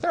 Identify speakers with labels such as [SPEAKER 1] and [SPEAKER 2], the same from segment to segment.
[SPEAKER 1] There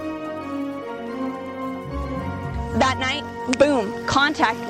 [SPEAKER 2] That night, boom, contact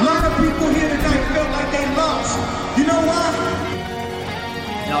[SPEAKER 3] A lot of people here tonight felt like they lost. You know why?
[SPEAKER 4] Now,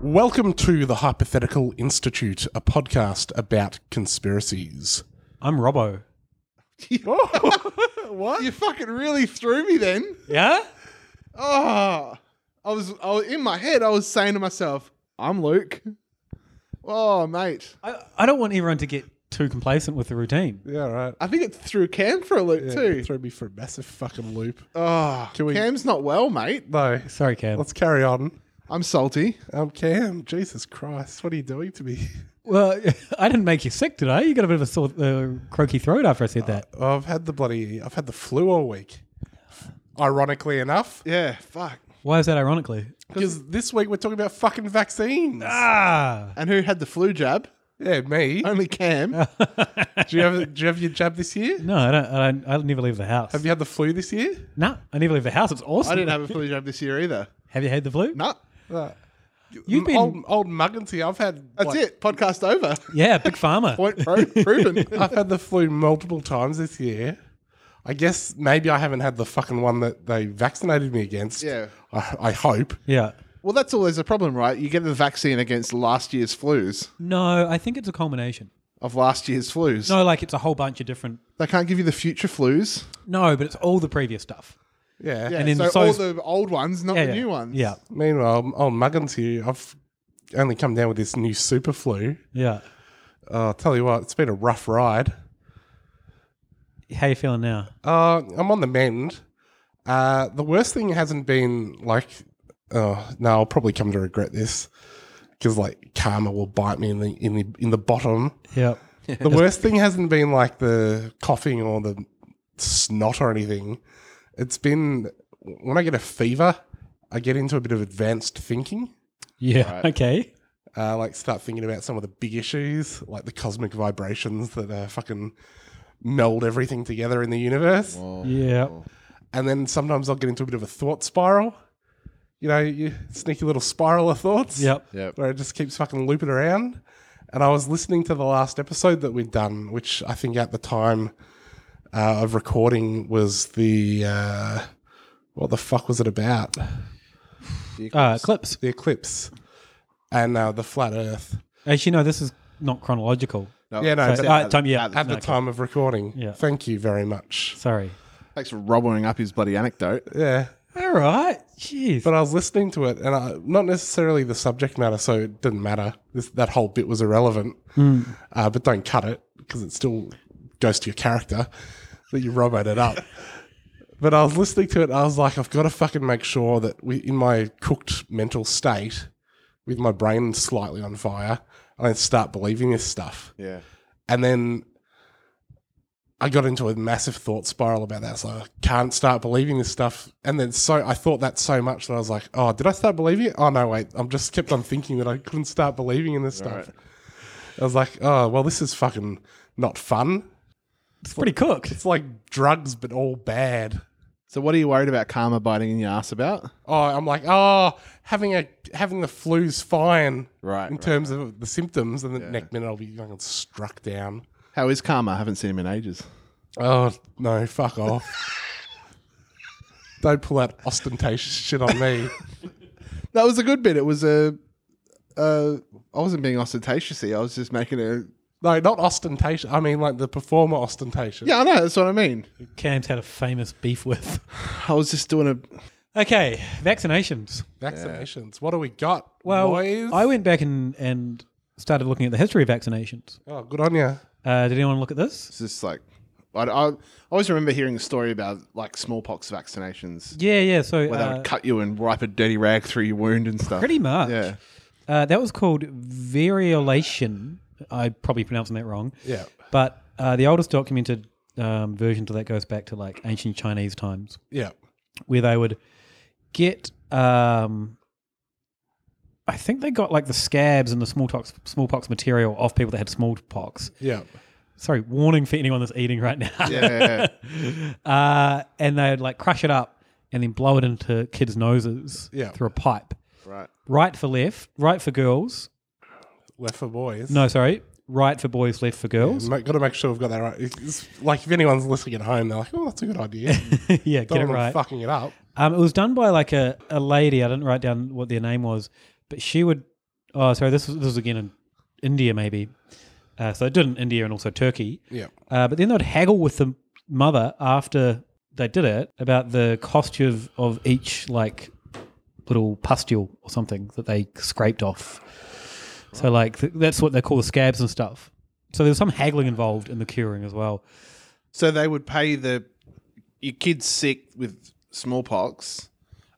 [SPEAKER 5] Welcome to the Hypothetical Institute, a podcast about conspiracies.
[SPEAKER 6] I'm Robbo.
[SPEAKER 7] what? You fucking really threw me then.
[SPEAKER 6] Yeah?
[SPEAKER 7] Oh, I was, I was in my head. I was saying to myself, "I'm Luke." Oh, mate.
[SPEAKER 6] I, I don't want everyone to get too complacent with the routine.
[SPEAKER 5] Yeah, right.
[SPEAKER 7] I think it threw Cam for a loop
[SPEAKER 5] Yeah,
[SPEAKER 7] too.
[SPEAKER 5] it Threw me for a massive fucking loop.
[SPEAKER 7] Oh,
[SPEAKER 5] Can we-
[SPEAKER 7] Cam's not well, mate.
[SPEAKER 5] No,
[SPEAKER 6] Sorry, Cam.
[SPEAKER 5] let's carry on.
[SPEAKER 7] I'm salty.
[SPEAKER 5] Um, Cam, Jesus Christ, what are you doing to me?
[SPEAKER 6] Well, I didn't make you sick, did I? You got a bit of a sore, uh, croaky throat after I said that.
[SPEAKER 5] Oh, I've had the bloody, I've had the flu all week. Ironically enough,
[SPEAKER 7] Yeah, fuck.
[SPEAKER 6] Why is that ironically?
[SPEAKER 5] because this week we're talking about fucking vaccines.
[SPEAKER 6] Ah,
[SPEAKER 7] And who had the flu jab?
[SPEAKER 5] Yeah, me.
[SPEAKER 7] Only Cam.
[SPEAKER 5] do you have do you have your jab this year?
[SPEAKER 6] no, I don't. I, don't, I never leave the house.
[SPEAKER 5] Have you had the flu this year?
[SPEAKER 6] No, I never leave the house. It's awesome.
[SPEAKER 7] I didn't have a flu jab this year either.
[SPEAKER 6] Have you had the flu?
[SPEAKER 7] Nah,
[SPEAKER 6] You've
[SPEAKER 5] Mm,
[SPEAKER 6] been-
[SPEAKER 5] old, old muggins here. I've had
[SPEAKER 7] that's
[SPEAKER 5] like,
[SPEAKER 7] it. Podcast over.
[SPEAKER 6] Yeah, big farmer.
[SPEAKER 7] Point pro- proven.
[SPEAKER 5] I've had the flu multiple times this year. I guess maybe I haven't had the fucking one that they vaccinated me against.
[SPEAKER 7] Yeah.
[SPEAKER 5] I, I hope.
[SPEAKER 6] Yeah.
[SPEAKER 7] well, that's always a problem, right? You get the vaccine against last year's flus
[SPEAKER 6] No, I think it's a culmination.
[SPEAKER 7] of last year's flus.
[SPEAKER 6] No, like it's a whole bunch of different.
[SPEAKER 7] They can't give you the future flus.
[SPEAKER 6] No, but it's all the previous stuff.
[SPEAKER 5] Yeah.
[SPEAKER 7] Yeah,
[SPEAKER 6] And then
[SPEAKER 7] so,
[SPEAKER 6] so
[SPEAKER 7] all
[SPEAKER 6] is-
[SPEAKER 7] the old ones, not
[SPEAKER 6] Yeah,
[SPEAKER 7] the
[SPEAKER 6] yeah.
[SPEAKER 7] new ones.
[SPEAKER 6] Yeah,
[SPEAKER 5] Meanwhile, old muggins here. I've only come down with this new super flu.
[SPEAKER 6] yeah.
[SPEAKER 5] Uh, I'll tell you what, it's been a rough ride.
[SPEAKER 6] How you feeling now?
[SPEAKER 5] Uh, I'm on the mend. Uh, the worst thing hasn't been like, oh no, I'll probably come to regret this because like karma will bite me in the in the in the bottom.
[SPEAKER 6] Yeah.
[SPEAKER 5] The worst thing hasn't been like the coughing or the snot or anything. It's been when I get a fever, I get into a bit of advanced thinking.
[SPEAKER 6] Yeah. Okay.
[SPEAKER 5] Uh, like start thinking about some of the big issues, like the cosmic vibrations that uh, fucking meld everything together in the universe.
[SPEAKER 6] Yeah.
[SPEAKER 5] and then sometimes I'll get into a bit of a thought spiral. You know, you sneaky little spiral of thoughts.
[SPEAKER 6] Yep.
[SPEAKER 7] Yep.
[SPEAKER 5] Where it just keeps fucking looping around. And I was listening to the last episode that we'd done, which I think at the time uh, of recording was the uh, what the fuck was it about?
[SPEAKER 6] Uh, clips.
[SPEAKER 5] The eclipse and uh, the flat Earth.
[SPEAKER 6] Actually, no. This is not chronological.
[SPEAKER 7] No,
[SPEAKER 5] Yeah, no,
[SPEAKER 6] So,
[SPEAKER 5] it's
[SPEAKER 6] uh, time, yeah.
[SPEAKER 5] At the
[SPEAKER 6] okay.
[SPEAKER 5] time of recording.
[SPEAKER 6] Yeah.
[SPEAKER 5] Thank you very much.
[SPEAKER 6] Sorry.
[SPEAKER 7] Thanks for robbening up his bloody anecdote.
[SPEAKER 5] Yeah.
[SPEAKER 6] All right. Jeez.
[SPEAKER 5] But I was listening to it, and I, not necessarily the subject matter, so it didn't matter. This, that whole bit was irrelevant. Uh, but don't cut it because it still goes to your character that you roboed it up. but I was listening to it, and I was like, I've got to fucking make sure that we, in my cooked mental state, with my brain slightly on fire, I don't start believing this stuff.
[SPEAKER 7] Yeah.
[SPEAKER 5] And then I got into a massive thought spiral about that. So I can't start believing this stuff. And then so I thought that so much that I was like, oh, did I start believing it? Oh no, wait. I'm just kept on thinking that I couldn't start believing in this stuff. I was like, oh well, this is fucking not fun.
[SPEAKER 6] it's pretty cooked.
[SPEAKER 5] It's like drugs, but all bad.
[SPEAKER 7] So what are you worried about karma biting in your ass about?
[SPEAKER 5] Oh, I'm like, oh, having a having the flu's fine,
[SPEAKER 7] Right,
[SPEAKER 5] In
[SPEAKER 7] right,
[SPEAKER 5] terms of the symptoms, and the next minute I'll be fucking struck down.
[SPEAKER 7] How is karma? I haven't seen him in ages.
[SPEAKER 5] Oh no! Fuck off! Don't pull that ostentatious shit on me.
[SPEAKER 7] That was a good bit. It was a. Uh, I wasn't being ostentatious. I was just making a.
[SPEAKER 5] No, not ostentatious. I mean, like the performer ostentatious.
[SPEAKER 7] Yeah, I know. That's what I mean.
[SPEAKER 6] Cam's had a famous beef with.
[SPEAKER 7] I was just doing a.
[SPEAKER 6] Okay, vaccinations.
[SPEAKER 5] Vaccinations. What do we got?
[SPEAKER 6] Well,
[SPEAKER 5] boys?
[SPEAKER 6] I went back and, and started looking at the history of vaccinations.
[SPEAKER 5] Oh, good on you.
[SPEAKER 6] Uh, did anyone look at this?
[SPEAKER 7] It's just like. I, I always remember hearing a story about like smallpox vaccinations.
[SPEAKER 6] Yeah, yeah. So
[SPEAKER 7] Where they
[SPEAKER 6] uh,
[SPEAKER 7] would cut you and wipe a dirty rag through your wound and stuff.
[SPEAKER 6] pretty much.
[SPEAKER 7] Yeah.
[SPEAKER 6] Uh, that was called variolation. I'm probably pronouncing that wrong.
[SPEAKER 7] Yeah.
[SPEAKER 6] But uh, the oldest documented um, version to that goes back to like ancient Chinese times.
[SPEAKER 5] Yeah.
[SPEAKER 6] Where they would get, um, I think they got like the scabs and the smallpox smallpox material off people that had smallpox.
[SPEAKER 5] Yeah.
[SPEAKER 6] Sorry, warning for anyone that's eating right now.
[SPEAKER 7] Yeah.
[SPEAKER 6] uh, and they'd like crush it up and then blow it into kids' noses
[SPEAKER 5] Yeah.
[SPEAKER 6] through a pipe.
[SPEAKER 7] Right.
[SPEAKER 6] Right for left, right for girls,
[SPEAKER 5] Left for boys.
[SPEAKER 6] no, sorry. Right for boys, left for girls.
[SPEAKER 5] Got to make sure we've got that right. It's- it's like if anyone's listening at home, they're like, "Oh, that's a good idea."
[SPEAKER 6] Yeah,
[SPEAKER 5] Don't
[SPEAKER 6] get
[SPEAKER 5] want
[SPEAKER 6] it
[SPEAKER 5] them
[SPEAKER 6] right.
[SPEAKER 5] Fucking it up.
[SPEAKER 6] Um, it was done by like a, a lady. I didn't write down what their name was, but she would. Oh, sorry. This was, this was again in India, maybe. Uh, so they did in India and also Turkey.
[SPEAKER 5] Yeah.
[SPEAKER 6] Uh, but then they'd haggle with the mother after they did it about the cost of, of each like little pustule or something that they scraped off. So like th- that's what they call the scabs and stuff. So there was some haggling involved in the curing as well.
[SPEAKER 7] So they would pay the your kid's sick with smallpox.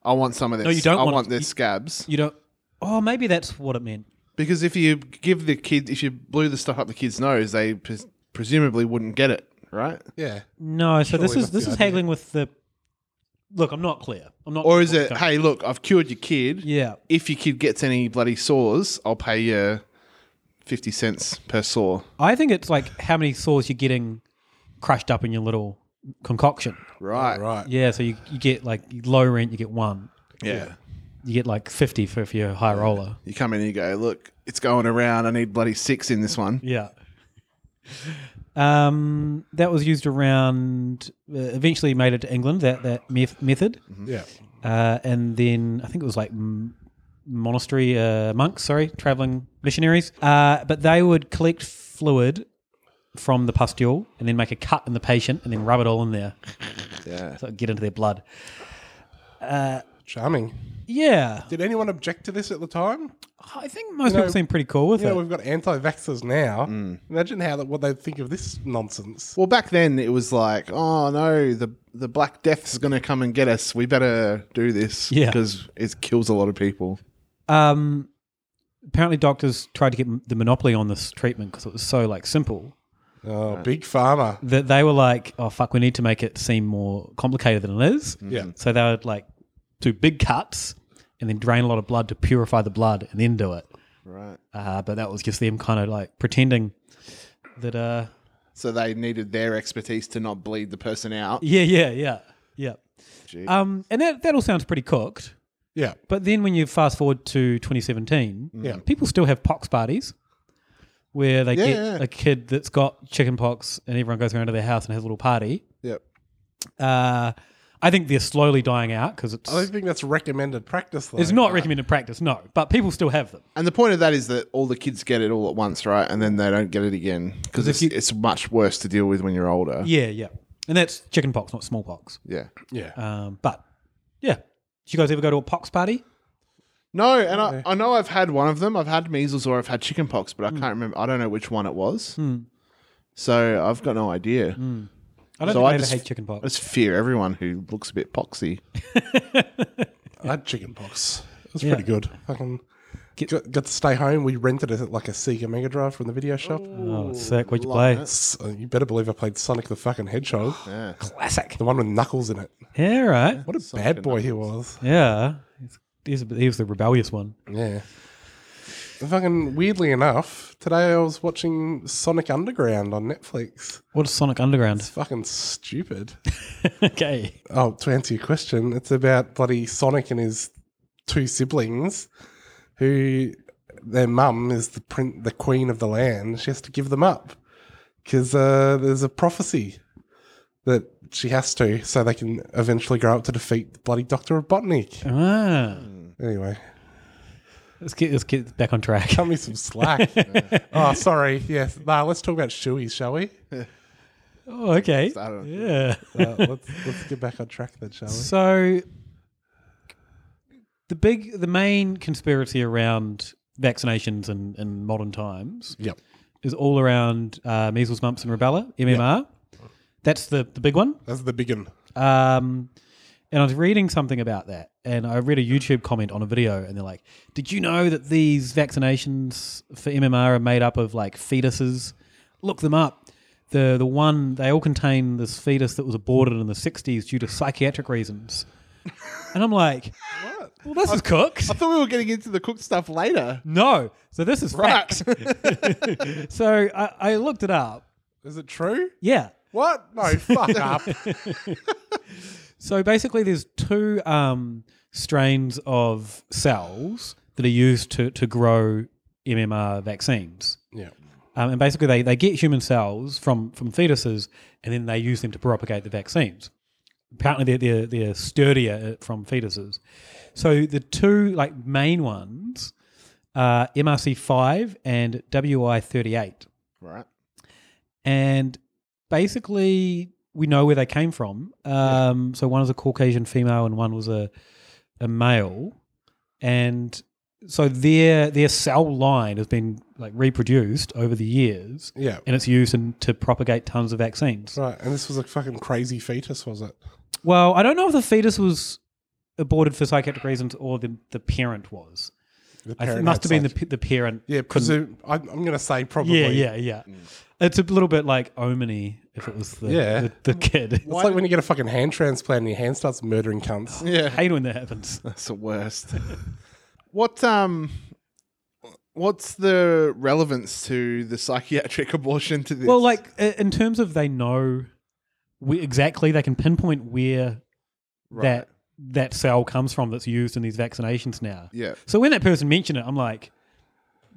[SPEAKER 7] I want some of their.
[SPEAKER 6] No, you don't
[SPEAKER 7] I
[SPEAKER 6] want
[SPEAKER 7] want,
[SPEAKER 6] it.
[SPEAKER 7] their scabs
[SPEAKER 6] You don't. Oh, maybe that's what it meant.
[SPEAKER 7] because if you give the kid, if you blew the stuff up the kid's nose, they pres- presumably wouldn't get it, right?
[SPEAKER 5] Yeah.
[SPEAKER 6] No, so this
[SPEAKER 5] Surely
[SPEAKER 6] is
[SPEAKER 5] that's
[SPEAKER 6] this
[SPEAKER 5] the
[SPEAKER 6] is
[SPEAKER 5] idea.
[SPEAKER 6] haggling with the. Look, I'm not clear. I'm not.
[SPEAKER 7] Or is it,
[SPEAKER 6] don't-
[SPEAKER 7] hey, look, I've cured your kid.
[SPEAKER 6] Yeah.
[SPEAKER 7] If your kid gets any bloody sores, I'll pay you fifty cents per sore.
[SPEAKER 6] I think it's like how many sores you're getting crushed up in your little concoction.
[SPEAKER 7] Right.
[SPEAKER 5] right.
[SPEAKER 6] Yeah, so you, you get like low rent, you get one.
[SPEAKER 7] Yeah.
[SPEAKER 6] You get like fifty for if you're a high roller.
[SPEAKER 7] You come in and you go, look, it's going around. I need bloody six in this one.
[SPEAKER 6] Yeah. Um, that was used around. Uh, eventually made it to England. That that meth- method.
[SPEAKER 7] Mm-hmm.
[SPEAKER 5] Yeah.
[SPEAKER 6] Uh, and then I think it was like m- monastery uh, monks, sorry, traveling missionaries. Uh, but they would collect fluid from the pustule and then make a cut in the patient and then rub it all in there.
[SPEAKER 7] Yeah.
[SPEAKER 6] So it'd get into their blood. Uh,
[SPEAKER 5] Charming.
[SPEAKER 6] yeah.
[SPEAKER 5] Did anyone object to this at the time?
[SPEAKER 6] I think most
[SPEAKER 5] You know,
[SPEAKER 6] people seem pretty cool with
[SPEAKER 5] you know,
[SPEAKER 6] it.
[SPEAKER 5] we've got anti-vaxxers now. Imagine how that, what they'd think of this nonsense.
[SPEAKER 7] Well, back then it was like, oh no, the the Black Death's going to come and get us. We better do this
[SPEAKER 6] Yeah.
[SPEAKER 7] because it kills a lot of people.
[SPEAKER 6] Um, apparently, doctors tried to get m- the monopoly on this treatment because it was so like simple.
[SPEAKER 5] Oh, big pharma.
[SPEAKER 6] that they were like, oh fuck, we need to make it seem more complicated than it is.
[SPEAKER 5] Mm-hmm. Yeah.
[SPEAKER 6] So they would like do big cuts and then drain a lot of blood to purify the blood and then do it.
[SPEAKER 7] Right.
[SPEAKER 6] Uh, but that was just them kind of like pretending that, uh,
[SPEAKER 7] So they needed their expertise to not bleed the person out.
[SPEAKER 6] yeah, yeah, yeah, yeah.
[SPEAKER 7] Gee.
[SPEAKER 6] Um, and that, that all sounds pretty cooked.
[SPEAKER 5] Yeah.
[SPEAKER 6] But then when you fast forward to 2017,
[SPEAKER 7] Mm.
[SPEAKER 5] Yeah.
[SPEAKER 6] people still have pox parties where they
[SPEAKER 7] Yeah,
[SPEAKER 6] get
[SPEAKER 7] yeah.
[SPEAKER 6] a kid that's got chicken pox and everyone goes around to their house and has a little party.
[SPEAKER 7] Yep.
[SPEAKER 6] Uh, I think they're slowly dying out because it's
[SPEAKER 5] I don't think that's recommended practice. Though.
[SPEAKER 6] it's not recommended practice, no, but people still have them.
[SPEAKER 7] And the point of that is that all the kids get it all at once, right? And then they don't get it again because it's, it's much worse to deal with when you're older.
[SPEAKER 6] Yeah, yeah, and that's chickenpox, not smallpox.
[SPEAKER 7] Yeah.
[SPEAKER 5] Yeah.
[SPEAKER 6] Um, but yeah, did you guys ever go to a pox party?
[SPEAKER 7] No, and I, I know I've had one of them. I've had measles or I've had chickenpox, but I
[SPEAKER 6] Hmm.
[SPEAKER 7] can't remember. I don't know which one it was. So I've got no idea.
[SPEAKER 6] Hmm. I don't
[SPEAKER 7] so
[SPEAKER 6] think I,
[SPEAKER 7] I
[SPEAKER 6] ever
[SPEAKER 7] just-
[SPEAKER 6] had chickenpox.
[SPEAKER 7] I just fear everyone who looks a bit poxy.
[SPEAKER 5] I had chicken pox. It was
[SPEAKER 6] Yeah.
[SPEAKER 5] pretty good. Fucking got, got to stay home. We rented it at like a Sega Mega Drive from the video shop.
[SPEAKER 6] Oh, that's sick. What'd you play?
[SPEAKER 5] S- uh, You better believe I played Sonic the fucking Hedgehog,
[SPEAKER 7] Yeah.
[SPEAKER 6] Classic.
[SPEAKER 5] the one with knuckles in it.
[SPEAKER 6] Yeah, right.
[SPEAKER 5] What a bad boy he was.
[SPEAKER 6] Yeah, He's- he's a bit- he was the rebellious one.
[SPEAKER 5] Yeah. And Fucking weirdly enough, today I was watching Sonic Underground on Netflix.
[SPEAKER 6] What's Sonic Underground?
[SPEAKER 5] Fucking stupid.
[SPEAKER 6] okay.
[SPEAKER 5] Oh, to answer your question, it's about bloody Sonic and his two siblings, who their mum is the prin- the queen of the land. She has to give them up because uh, there's a prophecy
[SPEAKER 6] that she has to so they can eventually grow up to defeat the bloody Doctor of Botany.
[SPEAKER 5] Ah.
[SPEAKER 6] Anyway.
[SPEAKER 5] Let's get let's get back on track.
[SPEAKER 6] Cut me some slack. oh, sorry. Yes. Nah, let's talk about Shuey, shall we?
[SPEAKER 5] Oh, okay. Yeah.
[SPEAKER 6] Uh, let's, let's get back on track then, shall we?
[SPEAKER 5] So the big the main conspiracy around vaccinations in, in modern times
[SPEAKER 6] Yep.
[SPEAKER 5] is all around uh, measles, mumps and rubella, MMR. That's the, the big one.
[SPEAKER 6] That's the big one.
[SPEAKER 5] Um and I was reading something about that and I read a YouTube comment on a video and they're like, Did you know that these vaccinations for MMR are made up of like fetuses? Look them up. The the one they all contain this fetus that was aborted in the sixties due to psychiatric reasons. And I'm like, Well, this is cooked.
[SPEAKER 7] I thought we were getting into the cooked stuff later.
[SPEAKER 5] No. So this is
[SPEAKER 7] Right.
[SPEAKER 5] fact. so I, I looked it up.
[SPEAKER 6] Is it true?
[SPEAKER 5] Yeah.
[SPEAKER 6] What? No, fuck up.
[SPEAKER 5] So basically, there's two um, strains of cells that are used to, to grow MMR vaccines.
[SPEAKER 6] Yeah.
[SPEAKER 5] Um, and basically, they, they get human cells from, from fetuses and then they use them to propagate the vaccines. Apparently, they're, they're, they're sturdier uh, from fetuses. So the two like main ones uh, are MRC5 and WI38.
[SPEAKER 7] Right.
[SPEAKER 5] And basically, we know where they came from. Um, So one was a Caucasian female and one was a, a male. And so their their cell line has been like reproduced over the years.
[SPEAKER 6] Yeah.
[SPEAKER 5] And it's used in, to propagate tons of vaccines.
[SPEAKER 6] Right. And this was a fucking crazy fetus, was it?
[SPEAKER 5] Well, I don't know if the fetus was aborted for psychiatric reasons or the, the parent was.
[SPEAKER 6] The
[SPEAKER 5] I think it
[SPEAKER 6] parent
[SPEAKER 5] must have
[SPEAKER 6] had
[SPEAKER 5] been the, p- the parent.
[SPEAKER 6] Yeah,
[SPEAKER 5] couldn't-
[SPEAKER 6] presume, I, I'm going to say probably.
[SPEAKER 5] Yeah, yeah, yeah. It's a little bit like Omni if it was the,
[SPEAKER 6] yeah.
[SPEAKER 5] the, the kid.
[SPEAKER 6] It's like when you get a fucking hand transplant and your hand starts murdering cunts.
[SPEAKER 7] Yeah.
[SPEAKER 5] hate when that happens.
[SPEAKER 7] That's the worst. What um, what's the relevance to the psychiatric abortion to this?
[SPEAKER 5] Well, like i- in terms of they know we, exactly, they can pinpoint where that that cell comes from that's used in these vaccinations now.
[SPEAKER 7] Yeah.
[SPEAKER 5] So when that person mentioned it, I'm like,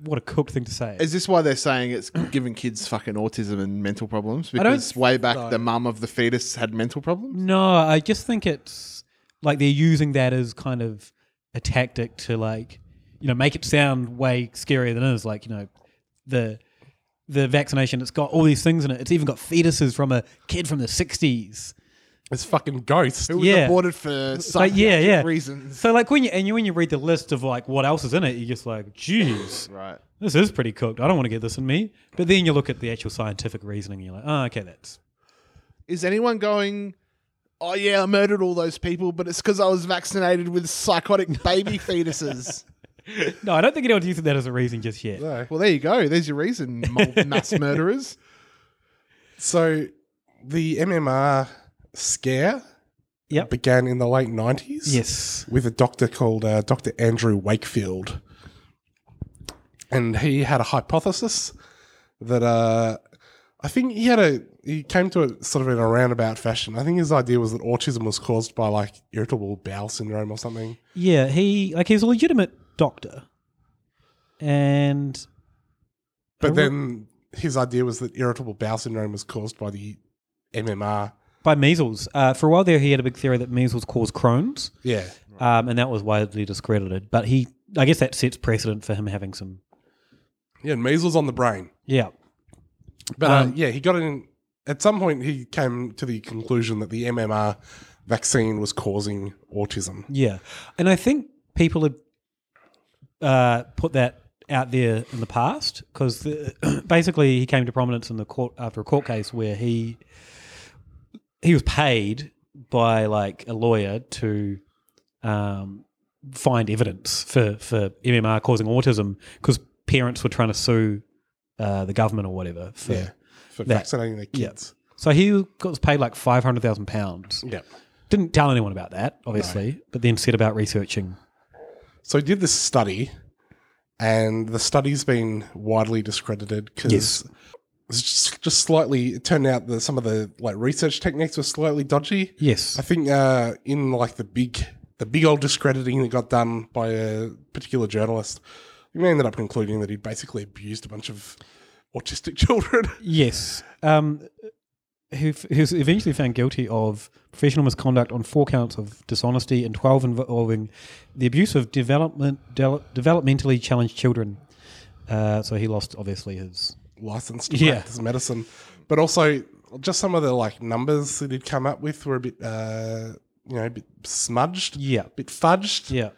[SPEAKER 5] what a cooked thing to say.
[SPEAKER 7] Is this why they're saying it's giving kids fucking autism and mental problems?
[SPEAKER 5] I don't-
[SPEAKER 7] Because way back
[SPEAKER 5] No.
[SPEAKER 7] the mum of the fetus had mental problems.
[SPEAKER 5] No, I just think it's like they're using that as kind of a tactic to like, you know, make it sound way scarier than it is. Like, you know, the the vaccination, it's got all these things in it. It's even got fetuses from a kid from the sixties.
[SPEAKER 6] It's fucking ghost.
[SPEAKER 7] Who was aborted for
[SPEAKER 5] like, yeah,
[SPEAKER 7] psychiatric
[SPEAKER 5] yeah.
[SPEAKER 7] reasons.
[SPEAKER 5] So like when you and you, when you read the list of like what else is in it, you're just like, geez,
[SPEAKER 7] right?
[SPEAKER 5] This is pretty cooked. I don't want to get this in me. But then you look at the actual scientific reasoning, and you're like, oh, okay, that's
[SPEAKER 7] Is anyone going? Oh yeah, I murdered all those people, but it's because I was vaccinated with psychotic baby fetuses.
[SPEAKER 5] no. I don't think anyone's using that as a reason just yet.
[SPEAKER 7] Well, there you go. There's your reason, mul- mass murderers.
[SPEAKER 6] So the MMR scare
[SPEAKER 5] Yep.
[SPEAKER 6] began in the late 90s.
[SPEAKER 5] Yes.
[SPEAKER 6] With a doctor called uh, Dr. Andrew Wakefield. And he had a hypothesis that uh, I think he had a, he came to it sort of in a roundabout fashion. I think his idea was that autism was caused by like irritable bowel syndrome or something.
[SPEAKER 5] Yeah, he like he's a legitimate doctor, and
[SPEAKER 6] But
[SPEAKER 5] I re-
[SPEAKER 6] then his idea was that irritable bowel syndrome was caused by the MMR.
[SPEAKER 5] by measles. Uh, for a while there, he had a big theory that measles caused Crohn's.
[SPEAKER 6] Yeah.
[SPEAKER 5] um, and that was widely discredited. But he, I guess, that sets precedent for him having some.
[SPEAKER 6] Yeah, measles on the brain.
[SPEAKER 5] Yeah,
[SPEAKER 6] But uh,
[SPEAKER 5] Um,
[SPEAKER 6] yeah, he got in. At some point, he came to the conclusion that the MMR vaccine was causing autism.
[SPEAKER 5] yeah, and I think people had uh, put that out there in the past because basically he came to prominence in the court after a court case where he he was paid by like a lawyer to um, find evidence for for MMR causing autism because parents were trying to sue uh, the government or whatever for
[SPEAKER 6] Yeah, for vaccinating their
[SPEAKER 5] Yeah.
[SPEAKER 6] kids.
[SPEAKER 5] So he got was paid like five hundred thousand pounds.
[SPEAKER 6] Yeah.
[SPEAKER 5] Didn't tell anyone about that, obviously, but then set about researching.
[SPEAKER 6] So he did this study, and the study's been widely discredited because
[SPEAKER 5] Yes.
[SPEAKER 6] it's just, just slightly. It turned out that some of the like research techniques were slightly dodgy.
[SPEAKER 5] Yes.
[SPEAKER 6] I think uh, in like the big, the big old discrediting that got done by a particular journalist, we ended up concluding that he basically abused a bunch of autistic children.
[SPEAKER 5] Yes. Um, who f- who's eventually found guilty of professional misconduct on four counts of dishonesty and 12 involving the abuse of development del- developmentally challenged children. Uh, so he lost, obviously, his.
[SPEAKER 6] licensed to
[SPEAKER 5] Yeah.
[SPEAKER 6] practice medicine. But also, just some of the like numbers that he'd come up with were a bit, uh, you know, a bit smudged.
[SPEAKER 5] Yeah.
[SPEAKER 6] A bit fudged.
[SPEAKER 5] Yeah.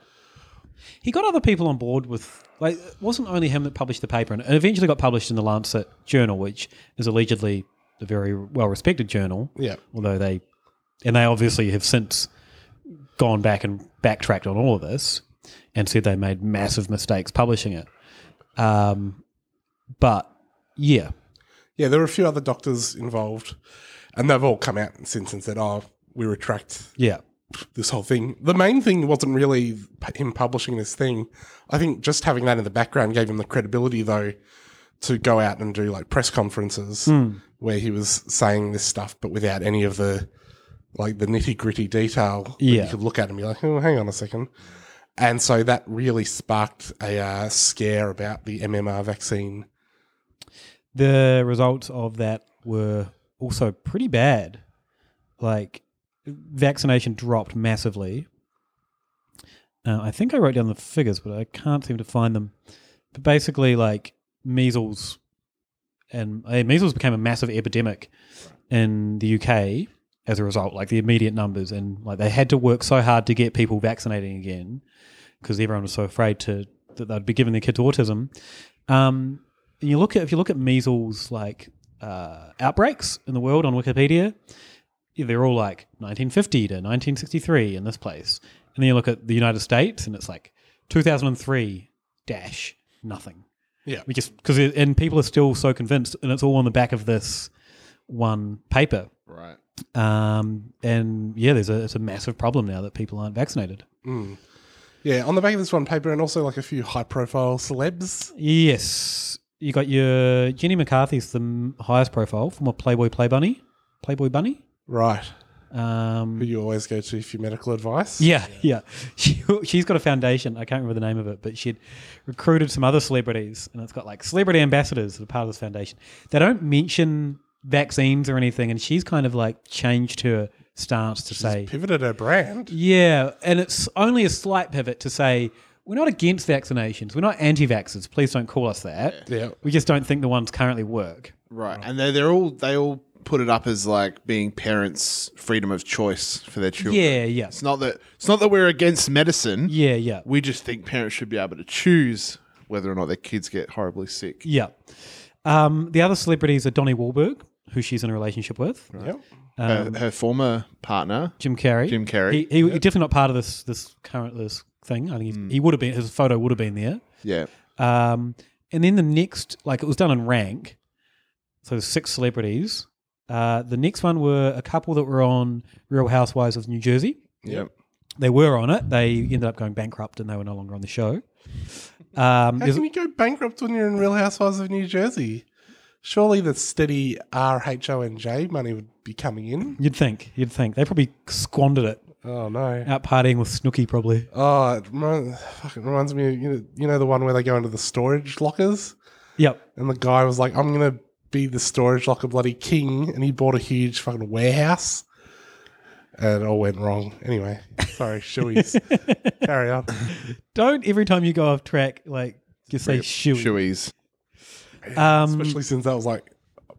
[SPEAKER 5] He got other people on board with. Like, it wasn't only him that published the paper, and it eventually got published in the Lancet Journal, which is allegedly a very well respected journal.
[SPEAKER 6] Yeah.
[SPEAKER 5] Although they. And they obviously have since gone back and backtracked on all of this and said they made massive mistakes publishing it. Um, but yeah,
[SPEAKER 6] Yeah, there were a few other doctors involved, and they've all come out since and said, "Oh, we retract."
[SPEAKER 5] Yeah.
[SPEAKER 6] This whole thing. The main thing wasn't really p- him publishing this thing. I think just having that in the background gave him the credibility, though, to go out and do like press conferences
[SPEAKER 5] Hmm.
[SPEAKER 6] where he was saying this stuff, but without any of the like the nitty gritty detail. that
[SPEAKER 5] Yeah.
[SPEAKER 6] you could look at and be like, "Oh, hang on a second. And so that really sparked a uh, scare about the MMR vaccine.
[SPEAKER 5] the results of that were also pretty bad. Like, vaccination dropped massively. Uh, I think I wrote down the figures, but I can't seem to find them. But basically, like measles, and uh, measles became a massive epidemic in the UK as a result. Like the immediate numbers, and like they had to work so hard to get people vaccinating again because everyone was so afraid to that they'd be giving their kids autism. Um, and you look at if you look at measles like uh, outbreaks in the world on Wikipedia, yeah, they're all like 1950 to 1963 in this place. And then you look at the United States and it's like 2003 dash nothing.
[SPEAKER 6] Yeah.
[SPEAKER 5] We just, because, and people are still so convinced and it's all on the back of this one paper.
[SPEAKER 7] Right.
[SPEAKER 5] Um, and yeah, there's a, it's a massive problem now that people aren't vaccinated.
[SPEAKER 6] Mm. Yeah, on the back of this one paper, and also like a few high profile celebs.
[SPEAKER 5] Yes. You got your Jenny McCarthy's the m- highest profile, former Playboy Play Bunny. Playboy Bunny?
[SPEAKER 6] Right.
[SPEAKER 5] Um,
[SPEAKER 6] Who you always go to for your medical advice.
[SPEAKER 5] Yeah, yeah. She, she's got a foundation. I can't remember the name of it, but she'd recruited some other celebrities, and it's got like celebrity ambassadors that are part of this foundation. They don't mention vaccines or anything, and she's kind of like changed her stance to say
[SPEAKER 6] pivoted her brand.
[SPEAKER 5] Yeah, and it's only a slight pivot to say we're not against vaccinations. We're not anti-vaxxers. Please don't call us that.
[SPEAKER 6] Yeah.
[SPEAKER 5] We just don't think the ones currently work.
[SPEAKER 7] Right. And they they're all they all put it up as like being parents' freedom of choice for their children.
[SPEAKER 5] Yeah, yeah.
[SPEAKER 7] It's not that it's not that we're against medicine.
[SPEAKER 5] Yeah, yeah.
[SPEAKER 7] We just think parents should be able to choose whether or not their kids get horribly sick.
[SPEAKER 5] Yeah. Um, the other celebrities are Donnie Wahlberg, who she's in a relationship with.
[SPEAKER 7] Yep. her, her former partner,
[SPEAKER 5] Jim Carrey.
[SPEAKER 7] Jim Carrey.
[SPEAKER 5] He, he he's definitely not part of this this current this thing. I think he's, he would have been. His photo would have been there.
[SPEAKER 7] Hmm. Yeah.
[SPEAKER 5] Um, and then the next, like it was done in rank, so there's six celebrities. Uh, the next one were a couple that were on Real Housewives of New Jersey.
[SPEAKER 7] Yep.
[SPEAKER 5] They were on it. They ended up going bankrupt, and they were no longer on the show. Um,
[SPEAKER 6] How
[SPEAKER 5] there's-
[SPEAKER 6] can you go bankrupt when you're in Real Housewives of New Jersey? Surely the steady R H O N J money would be coming in.
[SPEAKER 5] you'd think. You'd think they probably squandered it.
[SPEAKER 6] Oh no!
[SPEAKER 5] Out partying with Snooky, probably.
[SPEAKER 6] Oh, it remi- fuck, it reminds me. Of, you know, you know the one where they go into the storage lockers.
[SPEAKER 5] Yep.
[SPEAKER 6] And the guy was like, "I'm gonna be the storage locker bloody king," and he bought a huge fucking warehouse, and it all went wrong. Anyway, sorry, shoeies. Carry on.
[SPEAKER 5] Don't every time you go off track, like you say shoey.
[SPEAKER 7] Shoeys.
[SPEAKER 5] Um,
[SPEAKER 6] Especially since that was like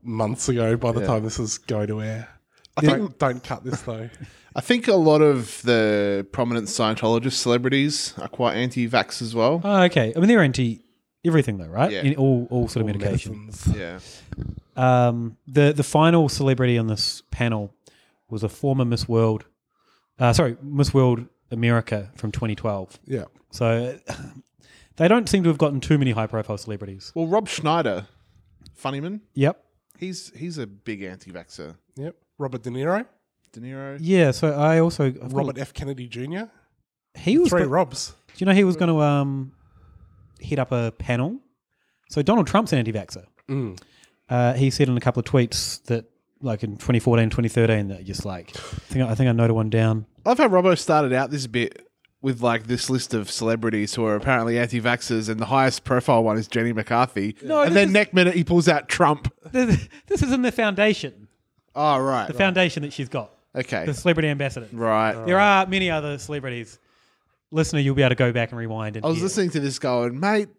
[SPEAKER 6] months ago. By the
[SPEAKER 7] Yeah.
[SPEAKER 6] time this is going to air,
[SPEAKER 7] I
[SPEAKER 6] don't,
[SPEAKER 7] think-
[SPEAKER 6] don't cut this though.
[SPEAKER 7] I think a lot of the prominent Scientologist celebrities are quite anti-vax as well.
[SPEAKER 5] Oh, okay. I mean, they're anti everything though, right?
[SPEAKER 7] Yeah.
[SPEAKER 5] In all all sort
[SPEAKER 7] All
[SPEAKER 5] of medication.
[SPEAKER 7] Yeah.
[SPEAKER 5] Um, the the final celebrity on this panel was a former Miss World, uh, sorry, Miss World America from 2012.
[SPEAKER 6] Yeah.
[SPEAKER 5] So they don't seem to have gotten too many high profile celebrities.
[SPEAKER 7] Well, Rob Schneider, Funnyman.
[SPEAKER 5] Yep.
[SPEAKER 7] He's he's a big anti-vaxer.
[SPEAKER 6] Yep. Robert De Niro,
[SPEAKER 7] De Niro.
[SPEAKER 5] Yeah. So I also I've got a-
[SPEAKER 6] Robert F. Kennedy Jr.
[SPEAKER 5] He was
[SPEAKER 6] three
[SPEAKER 5] go-
[SPEAKER 6] Robs.
[SPEAKER 5] Do you know he was going to um, hit up a panel? So Donald Trump's an anti-vaxxer.
[SPEAKER 6] Mm.
[SPEAKER 5] Uh, he said in a couple of tweets that, like in 2014, 2013, that just like I think I think I noted one down.
[SPEAKER 7] I love how Robbo started out this bit with like this list of celebrities who are apparently anti-vaxxers, and the highest profile one is Jenny McCarthy.
[SPEAKER 5] No,
[SPEAKER 7] and
[SPEAKER 5] this
[SPEAKER 7] then
[SPEAKER 5] is-
[SPEAKER 7] next minute he pulls out Trump.
[SPEAKER 5] This this is in the foundation.
[SPEAKER 7] Oh, right.
[SPEAKER 5] The
[SPEAKER 7] right.
[SPEAKER 5] foundation that she's got.
[SPEAKER 7] Okay.
[SPEAKER 5] The celebrity ambassador.
[SPEAKER 7] Right.
[SPEAKER 5] There are many other celebrities. Listener, you'll be able to go back and rewind. And
[SPEAKER 7] I was
[SPEAKER 5] hear.
[SPEAKER 7] listening to this going, mate.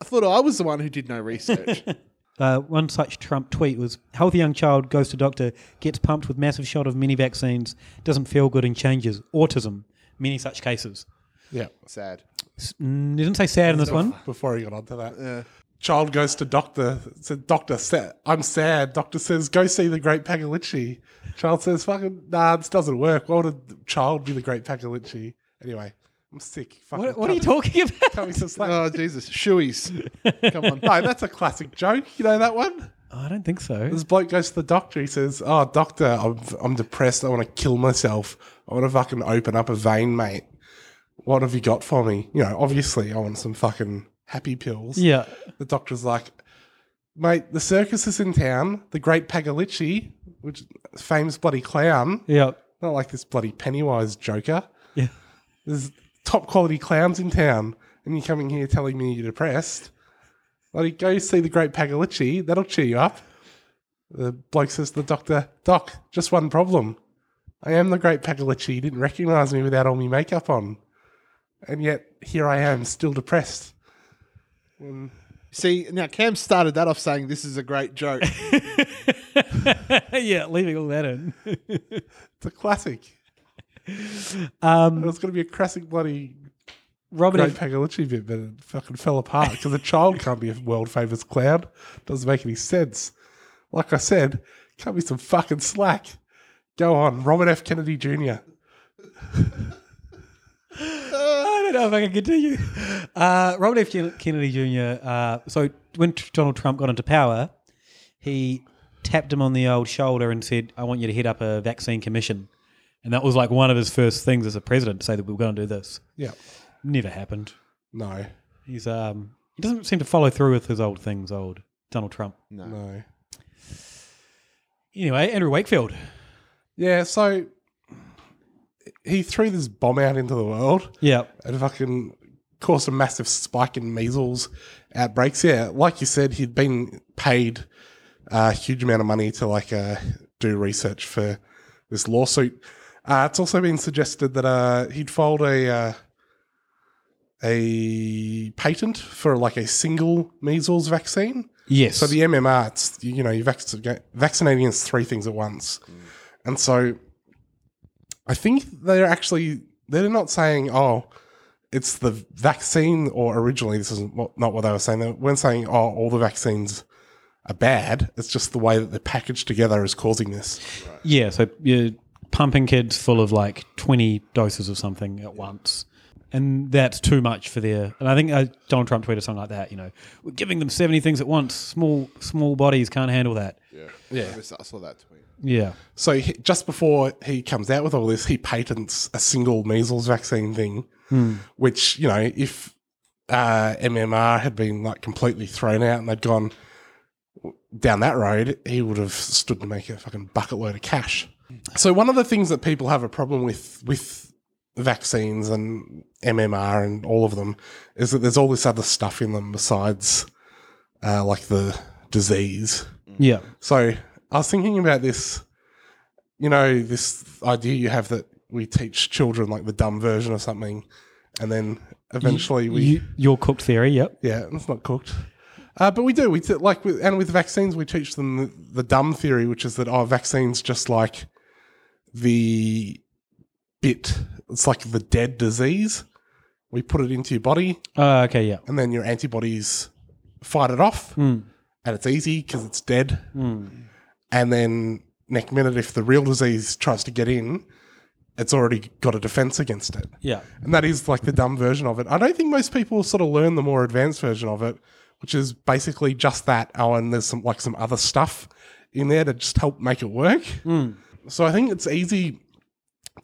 [SPEAKER 7] I thought I was the one who did no research.
[SPEAKER 5] Uh, one such Trump tweet was healthy young child goes to doctor, gets pumped with massive shot of many vaccines, doesn't feel good and changes. Autism. Many such cases.
[SPEAKER 6] Yeah.
[SPEAKER 7] Sad.
[SPEAKER 5] S- mm, didn't say sad in this one.
[SPEAKER 6] Before he got onto that. Child goes to doctor. Said doctor, sa- I'm sad. Doctor says, go see the Great Pagalichi. Child says, fucking nah, this doesn't work. Why would a child be the Great Pagalichi? Anyway, I'm sick. Fucking
[SPEAKER 5] What- what are
[SPEAKER 6] cut
[SPEAKER 5] you
[SPEAKER 6] it.
[SPEAKER 5] talking about?
[SPEAKER 6] Cut me some slack.
[SPEAKER 7] oh Jesus, shoeies. Come on.
[SPEAKER 6] no, that's a classic joke. You know that one?
[SPEAKER 5] I don't think so.
[SPEAKER 6] This bloke goes to the doctor. He says, "Oh, doctor, I'm I'm depressed. I want to kill myself. I want to fucking open up a vein, mate. What have you got for me? You know, obviously, I want some fucking happy pills."
[SPEAKER 5] Yeah.
[SPEAKER 6] The doctor's like, "Mate, the circus is in town. The Great Pagalichi, which famous bloody clown.
[SPEAKER 5] Yeah.
[SPEAKER 6] Not like this bloody Pennywise Joker.
[SPEAKER 5] Yeah.
[SPEAKER 6] There's top quality clowns in town, and you're coming here telling me you're depressed." Like, go see the great Pagalichi. That'll cheer you up. The bloke says to the doctor, Doc, just one problem. I am the great Pagalichi. You didn't recognize me without all my makeup on. And yet, here I am, still depressed.
[SPEAKER 7] See, now Cam started that off saying this is a great joke.
[SPEAKER 5] yeah, leaving all that in.
[SPEAKER 6] it's a classic.
[SPEAKER 5] Um,
[SPEAKER 6] it was going to be a classic bloody
[SPEAKER 5] Robert
[SPEAKER 6] great
[SPEAKER 5] F-
[SPEAKER 6] Pagalichi bit, but it fucking fell apart because a child can't be a world famous clown. Doesn't make any sense. Like I said, cut me some fucking slack. Go on, Robert F. Kennedy Jr.
[SPEAKER 5] I don't know if I can continue. Uh, Robert F. Ken- Kennedy Jr. Uh, so when Tr- Donald Trump got into power, he tapped him on the old shoulder and said, "I want you to head up a vaccine commission," and that was like one of his first things as a president to say that we were going to do this.
[SPEAKER 6] Yeah.
[SPEAKER 5] never happened.
[SPEAKER 6] No,
[SPEAKER 5] he's um, he doesn't seem to follow through with his old things. Old Donald Trump.
[SPEAKER 7] No.
[SPEAKER 6] no.
[SPEAKER 5] Anyway, Andrew Wakefield.
[SPEAKER 6] Yeah, so he threw this bomb out into the world.
[SPEAKER 5] Yeah.
[SPEAKER 6] And fucking caused a massive spike in measles outbreaks. Yeah, like you said, he'd been paid a huge amount of money to like uh, do research for this lawsuit. Uh, it's also been suggested that uh, he'd filed a uh, a patent for like a single measles vaccine.
[SPEAKER 5] Yes.
[SPEAKER 6] So the MMR, it's you know, you're vacci- vaccinating against three things at once, and so I think they're actually they're not saying oh. It's the vaccine, or originally this isn't what, not what they were saying. They weren't saying, "Oh, all the vaccines are bad." It's just the way that they're packaged together is causing this.
[SPEAKER 5] Yeah, so you're pumping kids full of like 20 doses of something at once. And that's too much for their. And I think uh, Donald Trump tweeted something like that, you know, we're giving them 70 things at once. Small, small bodies can't handle that.
[SPEAKER 7] yeah.
[SPEAKER 6] Yeah.
[SPEAKER 7] I saw- I saw that tweet.
[SPEAKER 5] Yeah.
[SPEAKER 6] So he, just before he comes out with all this, he patents a single measles vaccine thing,
[SPEAKER 5] Hmm.
[SPEAKER 6] which you know, if uh, MMR had been like completely thrown out and they'd gone down that road, he would have stood to make a fucking bucket load of cash. So one of the things that people have a problem with with vaccines and MMR and all of them is that there's all this other stuff in them besides uh, like the disease.
[SPEAKER 5] Yeah.
[SPEAKER 6] So I was thinking about this, you know, this idea you have that we teach children like the dumb version of something, and then eventually we
[SPEAKER 5] You, your cooked theory, yep.
[SPEAKER 6] yeah, it's not cooked. Uh, but we do. We t- like, with, and with vaccines, we teach them the, the dumb theory, which is that our vaccines just like the bit. It's like the dead disease. We put it into your body,
[SPEAKER 5] Uh, okay, yeah.
[SPEAKER 6] and then your antibodies fight it off,
[SPEAKER 5] Hmm.
[SPEAKER 6] and it's easy because it's dead.
[SPEAKER 5] Hmm.
[SPEAKER 6] And then next minute, if the real disease tries to get in, it's already got a defense against it.
[SPEAKER 5] Yeah.
[SPEAKER 6] And that is like the dumb version of it. I don't think most people sort of learn the more advanced version of it, which is basically just that. Oh, and there's some like some other stuff in there to just help make it work.
[SPEAKER 5] Hmm.
[SPEAKER 6] So I think it's easy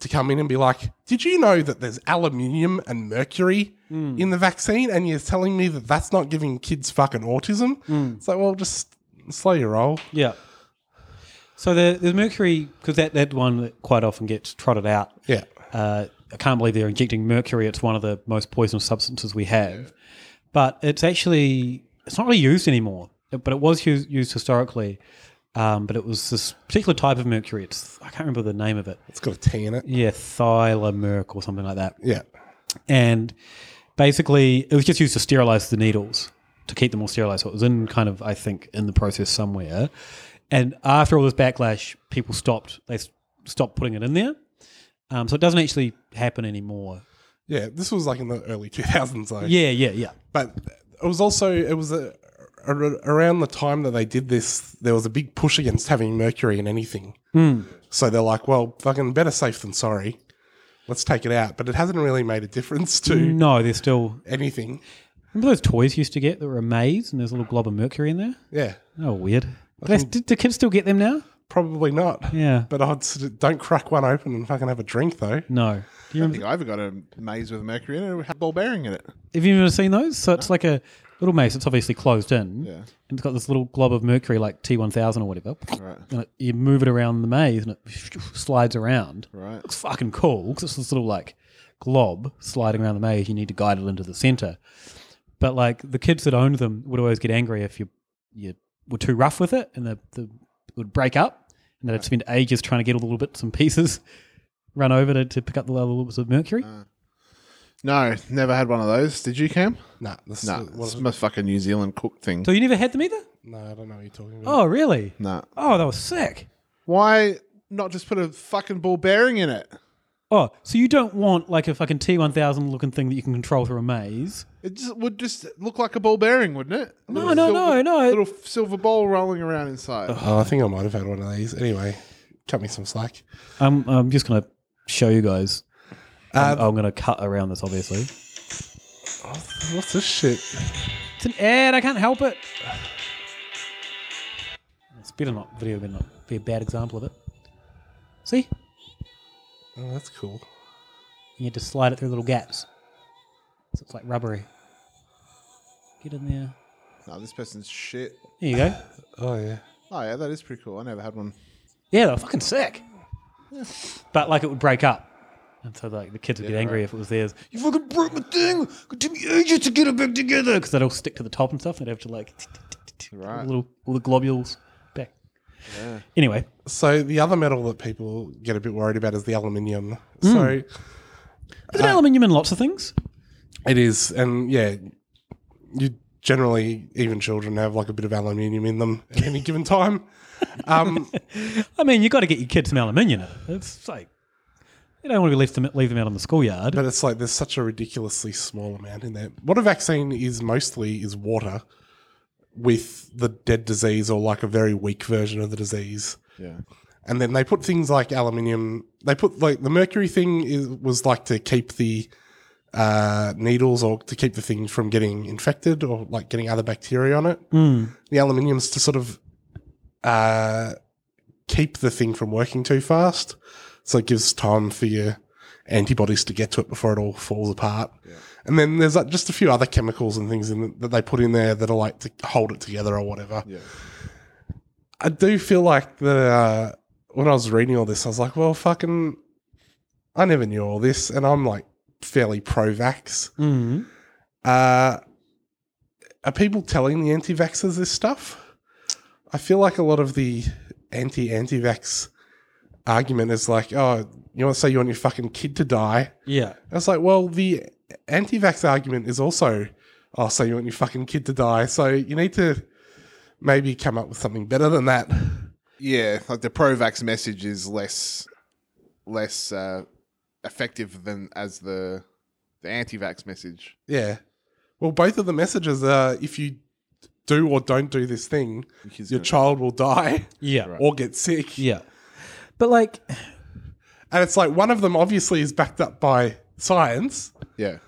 [SPEAKER 6] to come in and be like, "Did you know that there's aluminium and mercury
[SPEAKER 5] Hmm.
[SPEAKER 6] in the vaccine?" And you're telling me that that's not giving kids fucking autism.
[SPEAKER 5] Hmm.
[SPEAKER 6] It's like, well, just slow your roll.
[SPEAKER 5] Yeah. So the, the mercury, because that, that one that quite often gets trotted out.
[SPEAKER 6] Yeah.
[SPEAKER 5] Uh, I can't believe they're injecting mercury. It's one of the most poisonous substances we have. But it's actually, it's not really used anymore, but it was used, used historically Um, but it was this particular type of mercury. It's I can't remember the name of it.
[SPEAKER 6] It's got a T in it.
[SPEAKER 5] Yeah, thylamerc or something like that.
[SPEAKER 6] Yeah.
[SPEAKER 5] And basically, it was just used to sterilize the needles to keep them all sterilized. So it was in kind of I think in the process somewhere. And after all this backlash, people stopped. They s- stopped putting it in there. Um, so it doesn't actually happen anymore.
[SPEAKER 6] Yeah, this was like in the early 2000s, though.
[SPEAKER 5] Yeah, yeah, yeah.
[SPEAKER 6] But it was also, it was a, a- around the time that they did this, there was a big push against having mercury in anything.
[SPEAKER 5] Hmm.
[SPEAKER 6] So they're like, well, fucking better safe than sorry. Let's take it out. But it hasn't really made a difference to
[SPEAKER 5] No, they're still
[SPEAKER 6] anything.
[SPEAKER 5] Remember those toys you used to get that were a maze and there's a little glob of mercury in there?
[SPEAKER 6] Yeah.
[SPEAKER 5] Oh, weird.
[SPEAKER 6] I
[SPEAKER 5] Do, they,
[SPEAKER 6] think-
[SPEAKER 5] do, do kids still get them now?
[SPEAKER 6] Probably not.
[SPEAKER 5] Yeah.
[SPEAKER 6] But I'd s- don't crack one open and fucking have a drink, though.
[SPEAKER 5] No. Do you
[SPEAKER 7] I
[SPEAKER 5] remember,
[SPEAKER 7] think I ever got a maze with mercury in it. It had ball bearing in it.
[SPEAKER 5] have you ever seen those? So it's like a little maze that's obviously closed in.
[SPEAKER 7] Yeah.
[SPEAKER 5] And it's got this little glob of mercury like T1000 or whatever.
[SPEAKER 7] Right.
[SPEAKER 5] And it, you move it around the maze and it slides around.
[SPEAKER 7] Right.
[SPEAKER 5] It's fucking cool because it's this little like glob sliding around the maze. You need to guide it into the center. But like the kids that owned them would always get angry if you you were too rough with it and the, the it would break up and they'd spend ages trying to get all the little bits and pieces run over to, to pick up the other little bits of mercury.
[SPEAKER 7] No, never had one of those. Did you, Cam?
[SPEAKER 6] Nah, this-
[SPEAKER 7] nah,
[SPEAKER 6] what
[SPEAKER 7] this
[SPEAKER 6] is it?
[SPEAKER 7] must fucking New Zealand cook thing.
[SPEAKER 5] so you never had them either?
[SPEAKER 6] No, I don't know what you're talking about.
[SPEAKER 5] Oh really?
[SPEAKER 7] Nah.
[SPEAKER 5] Oh that was sick.
[SPEAKER 7] Why not just put a fucking ball bearing in it?
[SPEAKER 5] Oh, so you don't want like a fucking T one thousand looking thing that you can control through a maze.
[SPEAKER 7] It just would just look like a ball bearing, wouldn't it?
[SPEAKER 5] No, no, no, no.
[SPEAKER 7] Little silver ball rolling around inside.
[SPEAKER 6] Oh, I think I might have had one of these. Anyway, cut me some slack.
[SPEAKER 5] I'm I'm just gonna show you guys. I'm, Oh, I'm gonna cut around this obviously.
[SPEAKER 6] What's this shit?
[SPEAKER 5] It's an ad. I can't help it. It's better not video. Better not be a bad example of it. See,
[SPEAKER 6] Oh, that's cool.
[SPEAKER 5] you had to slide it through little gaps. So it's like rubbery. Get in there.
[SPEAKER 7] No, this person's shit.
[SPEAKER 5] There you go.
[SPEAKER 6] Oh yeah.
[SPEAKER 7] Oh yeah, that is pretty cool. I never had one.
[SPEAKER 5] Yeah, they're fucking sick. But like it would break up, and so like the kids would get angry if it was theirs. You fucking broke my thing. It took me ages to get it back together because they'd all stick to the top and stuff. And they'd have to like
[SPEAKER 7] Right.
[SPEAKER 5] little all the globules back.
[SPEAKER 7] Yeah.
[SPEAKER 5] Anyway,
[SPEAKER 6] So the other metal that people get a bit worried about is the aluminium.
[SPEAKER 5] Mm.
[SPEAKER 6] So
[SPEAKER 5] Isn't aluminium in lots of things?
[SPEAKER 6] it is, and yeah, you generally even children have like a bit of aluminium in them at any given time. Um,
[SPEAKER 5] I mean, you got to get your kids some aluminium. It's like you don't want to leave them leave them out on the schoolyard.
[SPEAKER 6] But it's like there's such a ridiculously small amount in there. What a vaccine is mostly is water with the dead disease or like a very weak version of the disease.
[SPEAKER 7] Yeah.
[SPEAKER 6] And then they put things like aluminium. They put like the mercury thing is, was like to keep the uh, needles or to keep the thing from getting infected or like getting other bacteria on it.
[SPEAKER 5] Mm.
[SPEAKER 6] The aluminium's to sort of uh, keep the thing from working too fast. So it gives time for your antibodies to get to it before it all falls apart. And then there's like just a few other chemicals and things in it that they put in there that are like to hold it together or whatever.
[SPEAKER 7] Yeah.
[SPEAKER 6] I do feel like the uh, when I was reading all this, I was like, well, fucking, I never knew all this, and I'm like fairly pro-vax.
[SPEAKER 5] Mm.
[SPEAKER 6] Uh, are people telling the anti-vaxxers this stuff? I feel like a lot of the anti-anti-vax argument is like, oh, you want to say you want your fucking kid to die?
[SPEAKER 5] Yeah.
[SPEAKER 6] I was like, well, the anti-vax argument is also, oh, so you want your fucking kid to die? So you need to maybe come up with something better than that.
[SPEAKER 7] Yeah, like the pro-vax message is less less uh, effective than as the the anti-vax message.
[SPEAKER 6] Yeah. Well, both of the messages are if you do or don't do this thing,
[SPEAKER 7] kid's
[SPEAKER 6] your
[SPEAKER 7] gonna
[SPEAKER 6] child will die.
[SPEAKER 5] Yeah. Right.
[SPEAKER 6] Or get sick.
[SPEAKER 5] Yeah. But like
[SPEAKER 6] And it's like one of them obviously is backed up by science,
[SPEAKER 7] Yeah.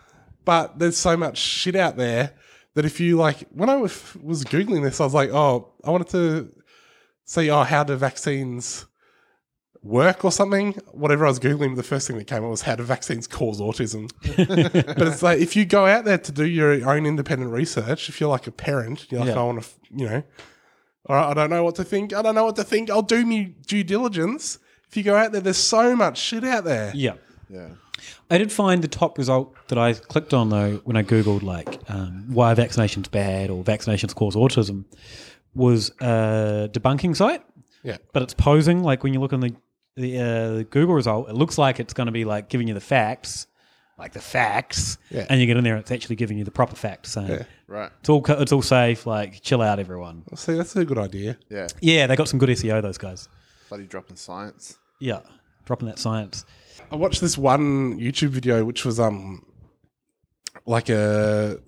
[SPEAKER 6] but there's so much shit out there that if you like when I was was googling this, I was like, "Oh, I wanted to see oh how do vaccines work or something." Whatever I was googling, the first thing that came up was how do vaccines cause autism. but it's like if you go out there to do your own independent research, if you're like a parent, you're like,
[SPEAKER 5] Yeah.
[SPEAKER 6] I want to, you know, all right, I don't know what to think. I don't know what to think. I'll do me due diligence. If you go out there, there's so much shit out there.
[SPEAKER 5] yeah.
[SPEAKER 7] Yeah.
[SPEAKER 5] I did find the top result that I clicked on though when I googled like um, why are vaccinations bad or vaccinations cause autism was a debunking site
[SPEAKER 6] Yeah.
[SPEAKER 5] But it's posing like when you look on the the, uh, the Google result, it looks like it's going to be like giving you the facts, like the facts,
[SPEAKER 6] Yeah.
[SPEAKER 5] and you get in there, it's actually giving you the proper facts, saying
[SPEAKER 6] Yeah. Right.
[SPEAKER 5] it's all co- it's all safe. Like chill out, everyone.
[SPEAKER 6] See, that's a good idea.
[SPEAKER 7] Yeah.
[SPEAKER 5] Yeah, they got some good SEO. Those guys.
[SPEAKER 7] Bloody dropping science.
[SPEAKER 5] Yeah, dropping that science.
[SPEAKER 6] I watched this one YouTube video, which was um, like a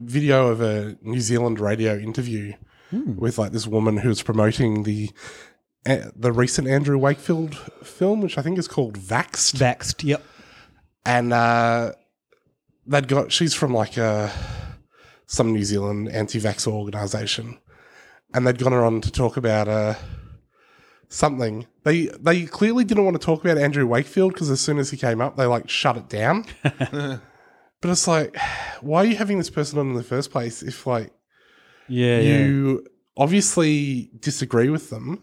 [SPEAKER 6] video of a New Zealand radio interview
[SPEAKER 5] Hmm.
[SPEAKER 6] with like this woman who was promoting the uh, the recent Andrew Wakefield film, which I think is called Vaxxed.
[SPEAKER 5] Vaxxed, yep.
[SPEAKER 6] And uh, they'd got she's from like a some New Zealand anti-vax organization, and they'd gone her on to talk about uh, something. They they clearly didn't want to talk about Andrew Wakefield because as soon as he came up, they like shut it down. but it's like, why are you having this person on in the first place if like,
[SPEAKER 5] Yeah,
[SPEAKER 6] you obviously disagree with them,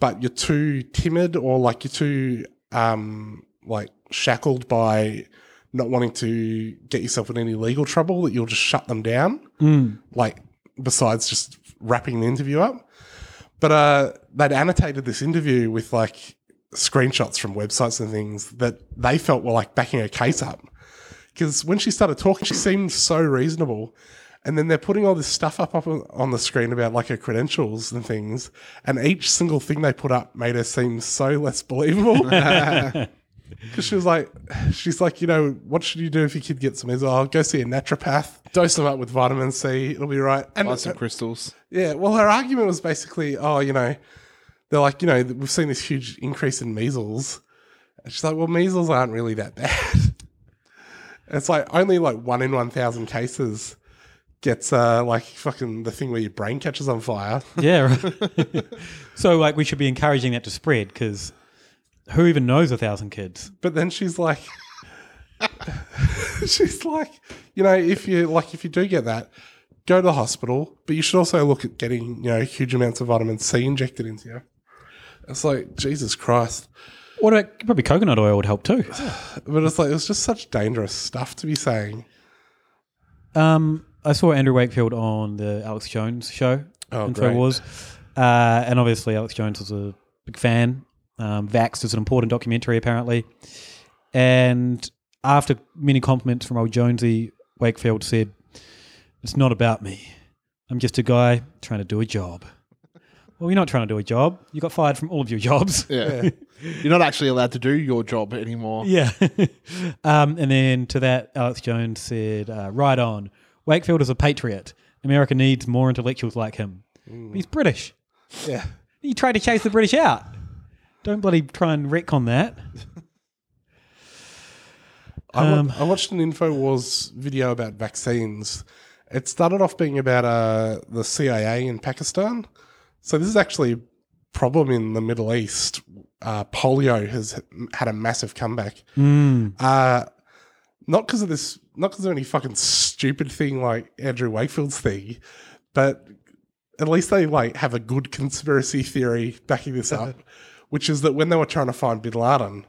[SPEAKER 6] but you're too timid or like you're too um like shackled by not wanting to get yourself in any legal trouble that you'll just shut them down
[SPEAKER 5] Mm.
[SPEAKER 6] like besides just wrapping the interview up. But uh, they'd annotated this interview with like screenshots from websites and things that they felt were like backing her case up. Because when she started talking, she seemed so reasonable. And then they're putting all this stuff up, up on on the screen about like her credentials and things. And each single thing they put up made her seem so less believable. Because she was like, she's like, you know, what should you do if your kid gets some? He's like, oh, go see a naturopath, dose them up with vitamin C, it'll be right. And
[SPEAKER 7] Lots of crystals.
[SPEAKER 6] yeah, well, her argument was basically, oh, you know, they're like, you know, we've seen this huge increase in measles. And she's like, well, measles aren't really that bad. And it's like only like one in 1,000 cases gets uh, like fucking the thing where your brain catches on fire.
[SPEAKER 5] Yeah. Right. so like we should be encouraging that to spread because who even knows a thousand kids?
[SPEAKER 6] But then she's like, she's like, you know, if you like, if you do get that, go to the hospital. But you should also look at getting, you know, huge amounts of vitamin C injected into you. It's like Jesus Christ.
[SPEAKER 5] What about probably coconut oil would help too.
[SPEAKER 6] But it's like it's just such dangerous stuff to be saying.
[SPEAKER 5] Um, I saw Andrew Wakefield on the Alex Jones show.
[SPEAKER 6] Oh,
[SPEAKER 5] Infowars. Uh, and obviously Alex Jones was a big fan. Um, Vaxxed is an important documentary apparently. And after many compliments from old Jonesy, Wakefield said, "It's not about me. I'm just a guy trying to do a job." Well, you're not trying to do a job. You got fired from all of your jobs.
[SPEAKER 7] Yeah. You're not actually allowed to do your job anymore.
[SPEAKER 5] Yeah. um, and then to that, Alex Jones said, uh, right on. Wakefield is a patriot. America needs more intellectuals like him. But He's British.
[SPEAKER 6] Yeah.
[SPEAKER 5] He tried to chase the British out. Don't bloody try and wreck on that.
[SPEAKER 6] I, wa-
[SPEAKER 5] Um,
[SPEAKER 6] I watched an Infowars video about vaccines. It started off being about uh, the CIA in Pakistan. So this is actually a problem in the Middle East. Uh, polio has had a massive comeback.
[SPEAKER 5] Mm.
[SPEAKER 6] Uh, not because of this, not because of any fucking stupid thing like Andrew Wakefield's thing, but at least they like have a good conspiracy theory backing this up, which is that when they were trying to find Bin Laden,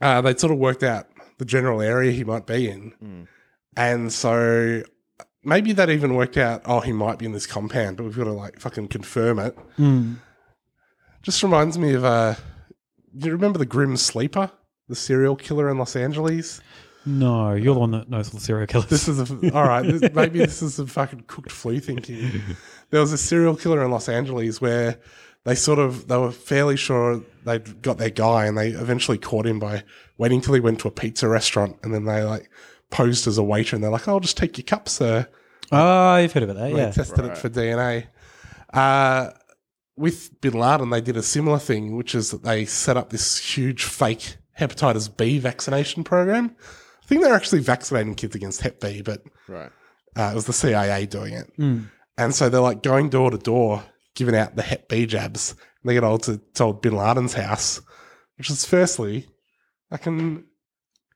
[SPEAKER 6] uh, they sort of worked out the general area he might be in, and so maybe that even worked out. Oh, he might be in this compound, but we've got to like fucking confirm it.
[SPEAKER 5] Mm.
[SPEAKER 6] Just reminds me of uh, you remember the Grim Sleeper, the serial killer in Los Angeles.
[SPEAKER 5] No, you're the one that knows all the serial killers.
[SPEAKER 6] This is a, all right. This, maybe this is some fucking cooked flu thinking. There was a serial killer in Los Angeles where they sort of they were fairly sure they'd got their guy, and they eventually caught him by waiting till he went to a pizza restaurant, and then they like posed as a waiter, and they're like, "Oh, "I'll just take your cup, sir."
[SPEAKER 5] Oh, you've heard about that,
[SPEAKER 6] They
[SPEAKER 5] yeah.
[SPEAKER 6] tested it for DNA. Uh, with Bin Laden, they did a similar thing, which is that they set up this huge fake hepatitis B vaccination program. I think they're actually vaccinating kids against Hep B, but
[SPEAKER 7] Right.
[SPEAKER 6] uh, it was the CIA doing it.
[SPEAKER 5] Mm.
[SPEAKER 6] And so they're like going door to door, giving out the Hep B jabs. And they get old to told Bin Laden's house, which is firstly, I can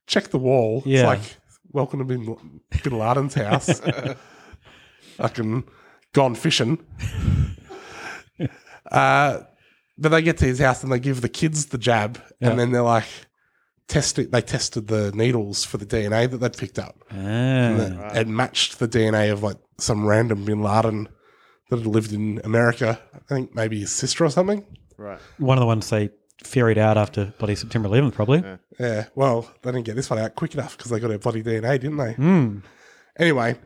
[SPEAKER 6] check the wall.
[SPEAKER 5] Yeah.
[SPEAKER 6] It's like, welcome to Bin, Bin Laden's house. I can gone fishing. uh, but they get to his house and they give the kids the jab,
[SPEAKER 5] Yeah.
[SPEAKER 6] and then they're like, test it. They tested the needles for the DNA that they'd picked up.
[SPEAKER 5] Ah.
[SPEAKER 6] And that- it matched the DNA of like some random Bin Laden that had lived in America. I think maybe his sister or something.
[SPEAKER 7] Right.
[SPEAKER 5] One of the ones they ferried out after bloody September 11th, probably.
[SPEAKER 6] Yeah, well, they didn't get this one out quick enough because they got her bloody DNA, didn't they?
[SPEAKER 5] Mm.
[SPEAKER 6] Anyway,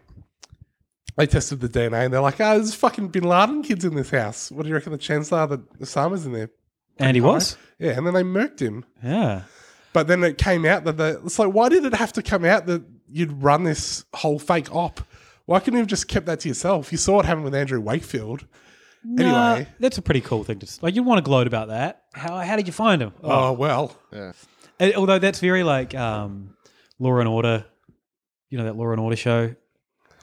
[SPEAKER 6] they tested the DNA and they're like, oh, there's fucking bin Laden kids in this house. What do you reckon the chances are that Osama's in there?
[SPEAKER 5] And he was.
[SPEAKER 6] Yeah, and then they murked him.
[SPEAKER 5] Yeah.
[SPEAKER 6] But then it came out that the. It's like, why did it have to come out that you'd run this whole fake op? Why couldn't you have just kept that to yourself? You saw what happened with Andrew Wakefield.
[SPEAKER 5] Nah,
[SPEAKER 6] Anyway.
[SPEAKER 5] that's a pretty cool thing to s- like. You want to gloat about that? How how did you find him?
[SPEAKER 6] Oh, well.
[SPEAKER 7] Yeah.
[SPEAKER 5] And although that's very like um, Law and Order, you know that Law and Order show.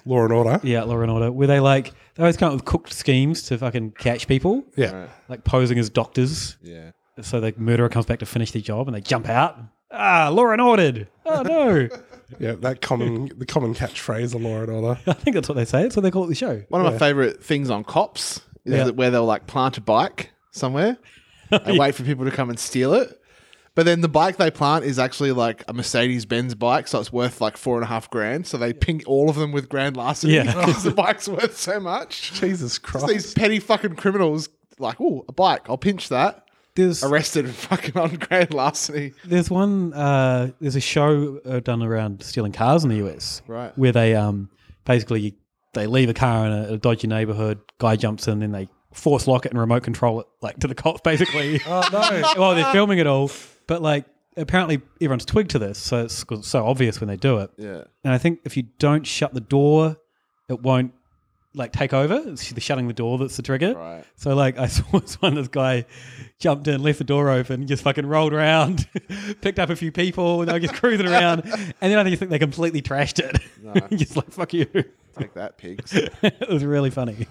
[SPEAKER 6] Law and Order.
[SPEAKER 5] Yeah, Law and Order. Where they like they always come up with cooked schemes to fucking catch people.
[SPEAKER 6] Yeah. Right.
[SPEAKER 5] like posing as doctors.
[SPEAKER 7] Yeah.
[SPEAKER 5] So the murderer comes back to finish their job, and they jump out. Ah, Law and Ordered. Oh no.
[SPEAKER 6] Yeah, that common the common catchphrase of Law and Order.
[SPEAKER 5] I think that's what they say. That's what they call it the show.
[SPEAKER 7] One of
[SPEAKER 5] Yeah.
[SPEAKER 7] my favorite things on cops is
[SPEAKER 5] Yeah.
[SPEAKER 7] that where they'll like plant a bike somewhere and wait for people to come and steal it. But then the bike they plant is actually like a Mercedes Benz bike, so it's worth like four and a half grand. So they ping all of them with grand larceny
[SPEAKER 5] Yeah.
[SPEAKER 7] because the bike's worth so much.
[SPEAKER 6] Jesus
[SPEAKER 7] Just
[SPEAKER 6] Christ.
[SPEAKER 7] these petty fucking criminals, like, oh, a bike, I'll pinch that.
[SPEAKER 5] There's-
[SPEAKER 7] arrested and fucking on grand larceny.
[SPEAKER 5] There's one. Uh, there's a show uh, done around stealing cars in the US,
[SPEAKER 7] Right.
[SPEAKER 5] Where they um basically they leave a car in a, a dodgy neighborhood, guy jumps in, then they force lock it and remote control it like to the cops, basically.
[SPEAKER 6] oh no!
[SPEAKER 5] while they're filming it all, but like apparently everyone's twigged to this, so it's 'cause it's so obvious when they do it.
[SPEAKER 7] Yeah.
[SPEAKER 5] And I think if you don't shut the door, it won't like take over. It's the shutting the door that's the trigger.
[SPEAKER 7] Right.
[SPEAKER 5] So like I saw this one, this guy jumped in, left the door open, just fucking rolled around, picked up a few people, and they were just cruising around. And then I think they completely trashed it.
[SPEAKER 7] No.
[SPEAKER 5] just like fuck you.
[SPEAKER 7] Take that, pigs.
[SPEAKER 5] it was really funny.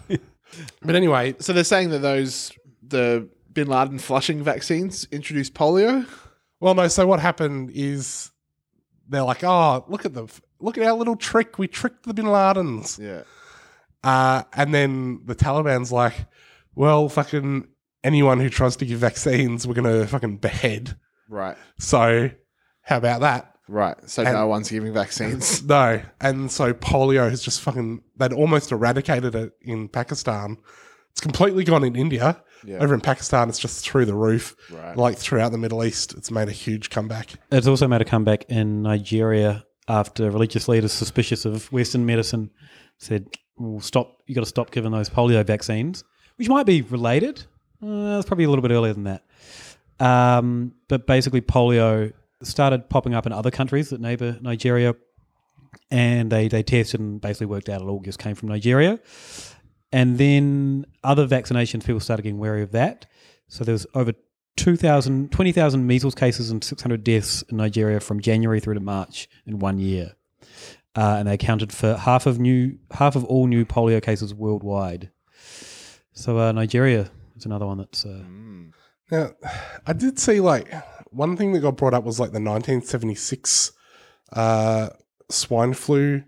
[SPEAKER 6] But anyway,
[SPEAKER 7] so they're saying that those the Bin Laden flushing vaccines introduced polio.
[SPEAKER 6] Well, no. So what happened is they're like, oh, look at the look at our little trick. We tricked the Bin Ladens.
[SPEAKER 7] Yeah.
[SPEAKER 6] Uh, and then the Taliban's like, well, fucking anyone who tries to give vaccines, we're gonna fucking behead.
[SPEAKER 7] Right.
[SPEAKER 6] So how about that?
[SPEAKER 7] Right. So
[SPEAKER 6] And-
[SPEAKER 7] no one's giving vaccines.
[SPEAKER 6] No. And so polio has just fucking, they'd almost eradicated it in Pakistan. It's completely gone in India.
[SPEAKER 7] Yeah.
[SPEAKER 6] Over in Pakistan, it's just through the roof.
[SPEAKER 7] Right.
[SPEAKER 6] Like throughout the Middle East, it's made a huge comeback.
[SPEAKER 5] It's also made a comeback in Nigeria after religious leaders suspicious of Western medicine said, well, stop, you got to stop giving those polio vaccines, which might be related. Uh, it's probably a little bit earlier than that. Um, but basically, polio started popping up in other countries that neighbor Nigeria, and they, they tested and basically worked out it all just came from Nigeria. And then other vaccinations, people started getting wary of that. So there was over 2,000, 20,000 measles cases and 600 deaths in Nigeria from January through to March in one year. Uh, and they accounted for half of new half of all new polio cases worldwide. So uh, Nigeria is another one that's uh,
[SPEAKER 6] Now, I did see like one thing that got brought up was like the 1976 uh, swine flu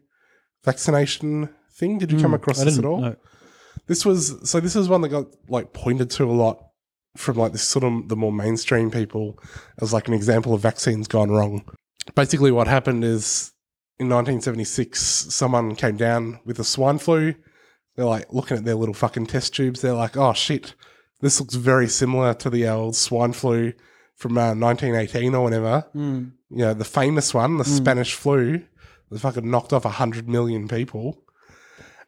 [SPEAKER 6] vaccination thing. Did you come
[SPEAKER 5] Hmm,
[SPEAKER 6] across
[SPEAKER 5] I
[SPEAKER 6] this at
[SPEAKER 5] didn't,
[SPEAKER 6] all?
[SPEAKER 5] no.
[SPEAKER 6] This was so. This is one that got like pointed to a lot from like this sort of the more mainstream people as like an example of vaccines gone wrong. Basically, what happened is in 1976, someone came down with a swine flu. They're like looking at their little fucking test tubes. They're like, oh shit, this looks very similar to the old swine flu from uh, 1918 or whenever.
[SPEAKER 5] Mm.
[SPEAKER 6] You know, the famous one, the
[SPEAKER 5] Mm.
[SPEAKER 6] Spanish flu, that fucking knocked off 100 million people.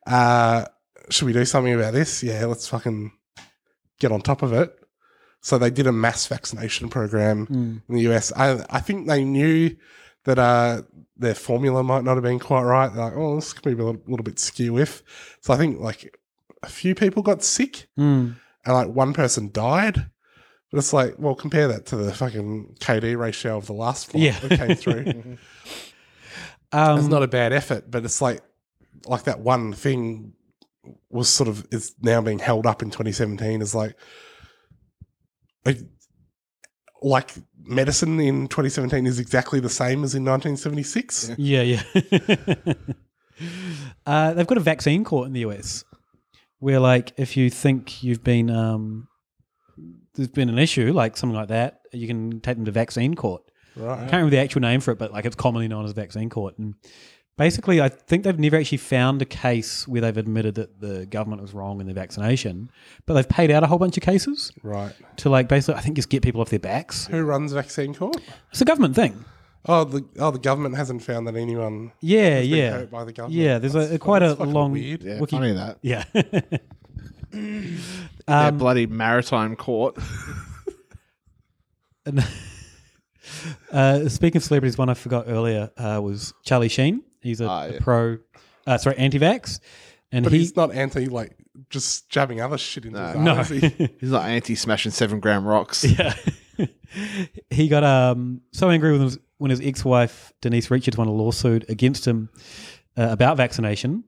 [SPEAKER 6] Uh, should we do something about this? Yeah, let's fucking get on top of it. So they did a mass vaccination program
[SPEAKER 5] Mm.
[SPEAKER 6] in the US. I, I think they knew that uh, their formula might not have been quite right. They're like, oh, this could be a little, little bit skew if. So I think like a few people got sick
[SPEAKER 5] Mm.
[SPEAKER 6] and like one person died. But it's like, well, compare that to the fucking KD ratio of the last flight
[SPEAKER 5] Yeah.
[SPEAKER 6] that came through. it's not a bad effort, but it's like, like that one thing was sort of is now being held up in 2017 as like, like, like medicine in 2017 is exactly the same as in 1976.
[SPEAKER 5] yeah yeah. uh, they've got a vaccine court in the US where like if you think you've been um, there's been an issue like something like that, you can take them to vaccine court.
[SPEAKER 6] Right.
[SPEAKER 5] I can't remember the actual name for it, but like it's commonly known as vaccine court. And basically, I think they've never actually found a case where they've admitted that the government was wrong in their vaccination, but they've paid out a whole bunch of cases,
[SPEAKER 6] Right.
[SPEAKER 5] To like basically, I think just get people off their backs.
[SPEAKER 6] Who runs Vaccine Corp?
[SPEAKER 5] It's a government thing.
[SPEAKER 6] Oh, the oh, the government hasn't found that anyone.
[SPEAKER 5] Yeah,
[SPEAKER 6] has been
[SPEAKER 5] yeah,
[SPEAKER 6] hurt by the government.
[SPEAKER 5] yeah. There's a,
[SPEAKER 6] That's-
[SPEAKER 5] quite
[SPEAKER 6] that's
[SPEAKER 5] a
[SPEAKER 6] fucking
[SPEAKER 5] long
[SPEAKER 6] weird.
[SPEAKER 5] wiki- Yeah.
[SPEAKER 7] Their
[SPEAKER 5] Um,
[SPEAKER 7] bloody maritime court.
[SPEAKER 5] Uh, speaking of celebrities, one I forgot earlier uh, was Charlie Sheen. He's a, a pro, uh, sorry, anti-vax, and
[SPEAKER 6] but
[SPEAKER 5] he,
[SPEAKER 6] he's not anti like just jabbing other shit into his
[SPEAKER 5] No.
[SPEAKER 6] eye, is he?
[SPEAKER 7] He's like anti smashing seven gram rocks.
[SPEAKER 5] Yeah. he got um, so angry when his, when his ex-wife Denise Richards won a lawsuit against him uh, about vaccination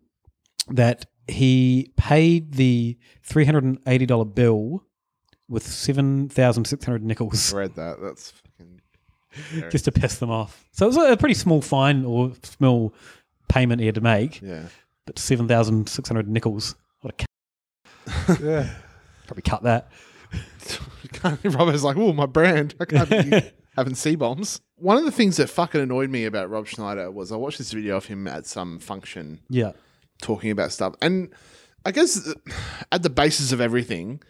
[SPEAKER 5] that he paid the three hundred and eighty dollar bill with seven thousand six hundred nickels.
[SPEAKER 7] Read that. That's fucking.
[SPEAKER 5] just to piss them off. So it was a pretty small fine or small payment he had to make.
[SPEAKER 7] Yeah.
[SPEAKER 5] But 7,600 nickels. What a c-
[SPEAKER 6] Yeah.
[SPEAKER 5] Probably cut that.
[SPEAKER 7] Robbo's like, oh, my brand. I can't be having C bombs. One of the things that fucking annoyed me about Rob Schneider was I watched this video of him at some function
[SPEAKER 5] Yeah.
[SPEAKER 7] talking about stuff. And I guess uh, at the basis of everything,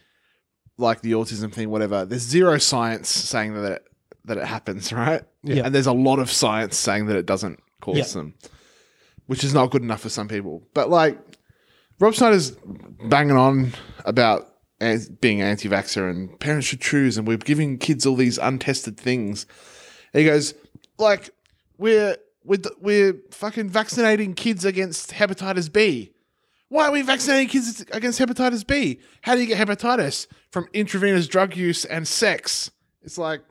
[SPEAKER 7] like the autism thing, whatever, there's zero science saying that it, that it happens, right?
[SPEAKER 6] Yeah.
[SPEAKER 7] And there's a lot of science saying that it doesn't cause
[SPEAKER 6] Yeah.
[SPEAKER 7] them, which is not good enough for some people. But like, Rob Schneider's banging on about an- being anti vaxxer and parents should choose, and we're giving kids all these untested things. And he goes, like, we're, we're, d- we're fucking vaccinating kids against hepatitis B. Why are we vaccinating kids against hepatitis B? How do you get hepatitis? From intravenous drug use and sex. It's like,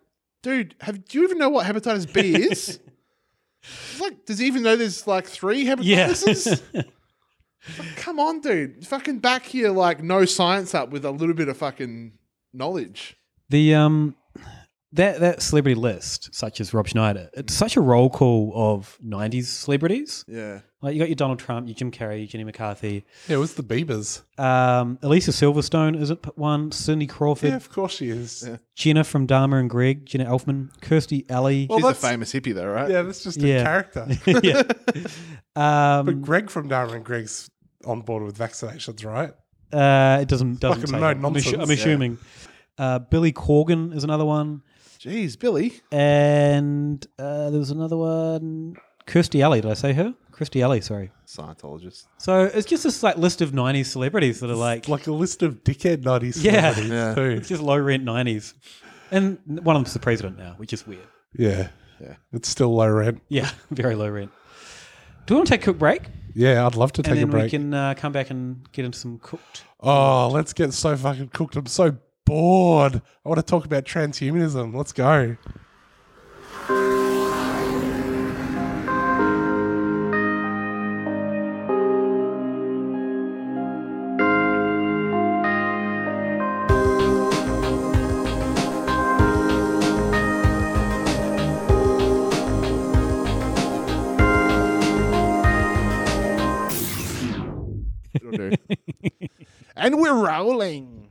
[SPEAKER 7] dude, have, do you even know what hepatitis B is? It's like, does he even know there's like three hepatitises? Come on, dude. Fucking back here, like, no science up with a little bit of fucking knowledge.
[SPEAKER 5] The um that that celebrity list, such as Rob Schneider, it's such a roll call of '90s celebrities.
[SPEAKER 7] Yeah.
[SPEAKER 5] like you got your Donald Trump, your Jim Carrey, your Jenny McCarthy.
[SPEAKER 6] Yeah, it was the Biebers.
[SPEAKER 5] Um, Elisa Silverstone is it p- one? Cindy Crawford.
[SPEAKER 6] Yeah, of course she is. Yeah.
[SPEAKER 5] Jenna from Dharma and Greg. Jenna Elfman. Kirsty Alley.
[SPEAKER 6] Well, She's a that's-
[SPEAKER 7] famous hippie, though, right?
[SPEAKER 6] Yeah, that's just
[SPEAKER 5] Yeah.
[SPEAKER 6] a character.
[SPEAKER 5] yeah. Um,
[SPEAKER 6] but Greg from Darwin and Greg's on board with vaccinations, right?
[SPEAKER 5] Uh, it doesn't doesn't
[SPEAKER 6] Fucking
[SPEAKER 5] say.
[SPEAKER 6] no
[SPEAKER 5] I'm assu-
[SPEAKER 6] nonsense.
[SPEAKER 5] I'm,
[SPEAKER 6] Yeah.
[SPEAKER 5] assuming. Uh, Billy Corgan is another one,
[SPEAKER 7] Jeez, Billy.
[SPEAKER 5] and uh, there was another one. Kirsty Alley. Did I say her? Kirsty Alley. Sorry.
[SPEAKER 7] Scientologist.
[SPEAKER 5] So it's just this like list of '90s celebrities that are like
[SPEAKER 6] like a list of dickhead '90s
[SPEAKER 5] yeah,
[SPEAKER 6] celebrities too.
[SPEAKER 5] It's just low rent '90s, and one of them's the president now, which is weird.
[SPEAKER 6] Yeah.
[SPEAKER 7] Yeah.
[SPEAKER 6] It's still low rent.
[SPEAKER 5] Yeah, very low rent. Do we want to take a quick break?
[SPEAKER 6] Yeah, I'd love to
[SPEAKER 5] and
[SPEAKER 6] take
[SPEAKER 5] then
[SPEAKER 6] a break.
[SPEAKER 5] we can uh, come back and get into some cooked.
[SPEAKER 6] Oh, let's get so fucking cooked. I'm so bored. I want to talk about transhumanism. Let's go.
[SPEAKER 7] It'll do. and we're rolling.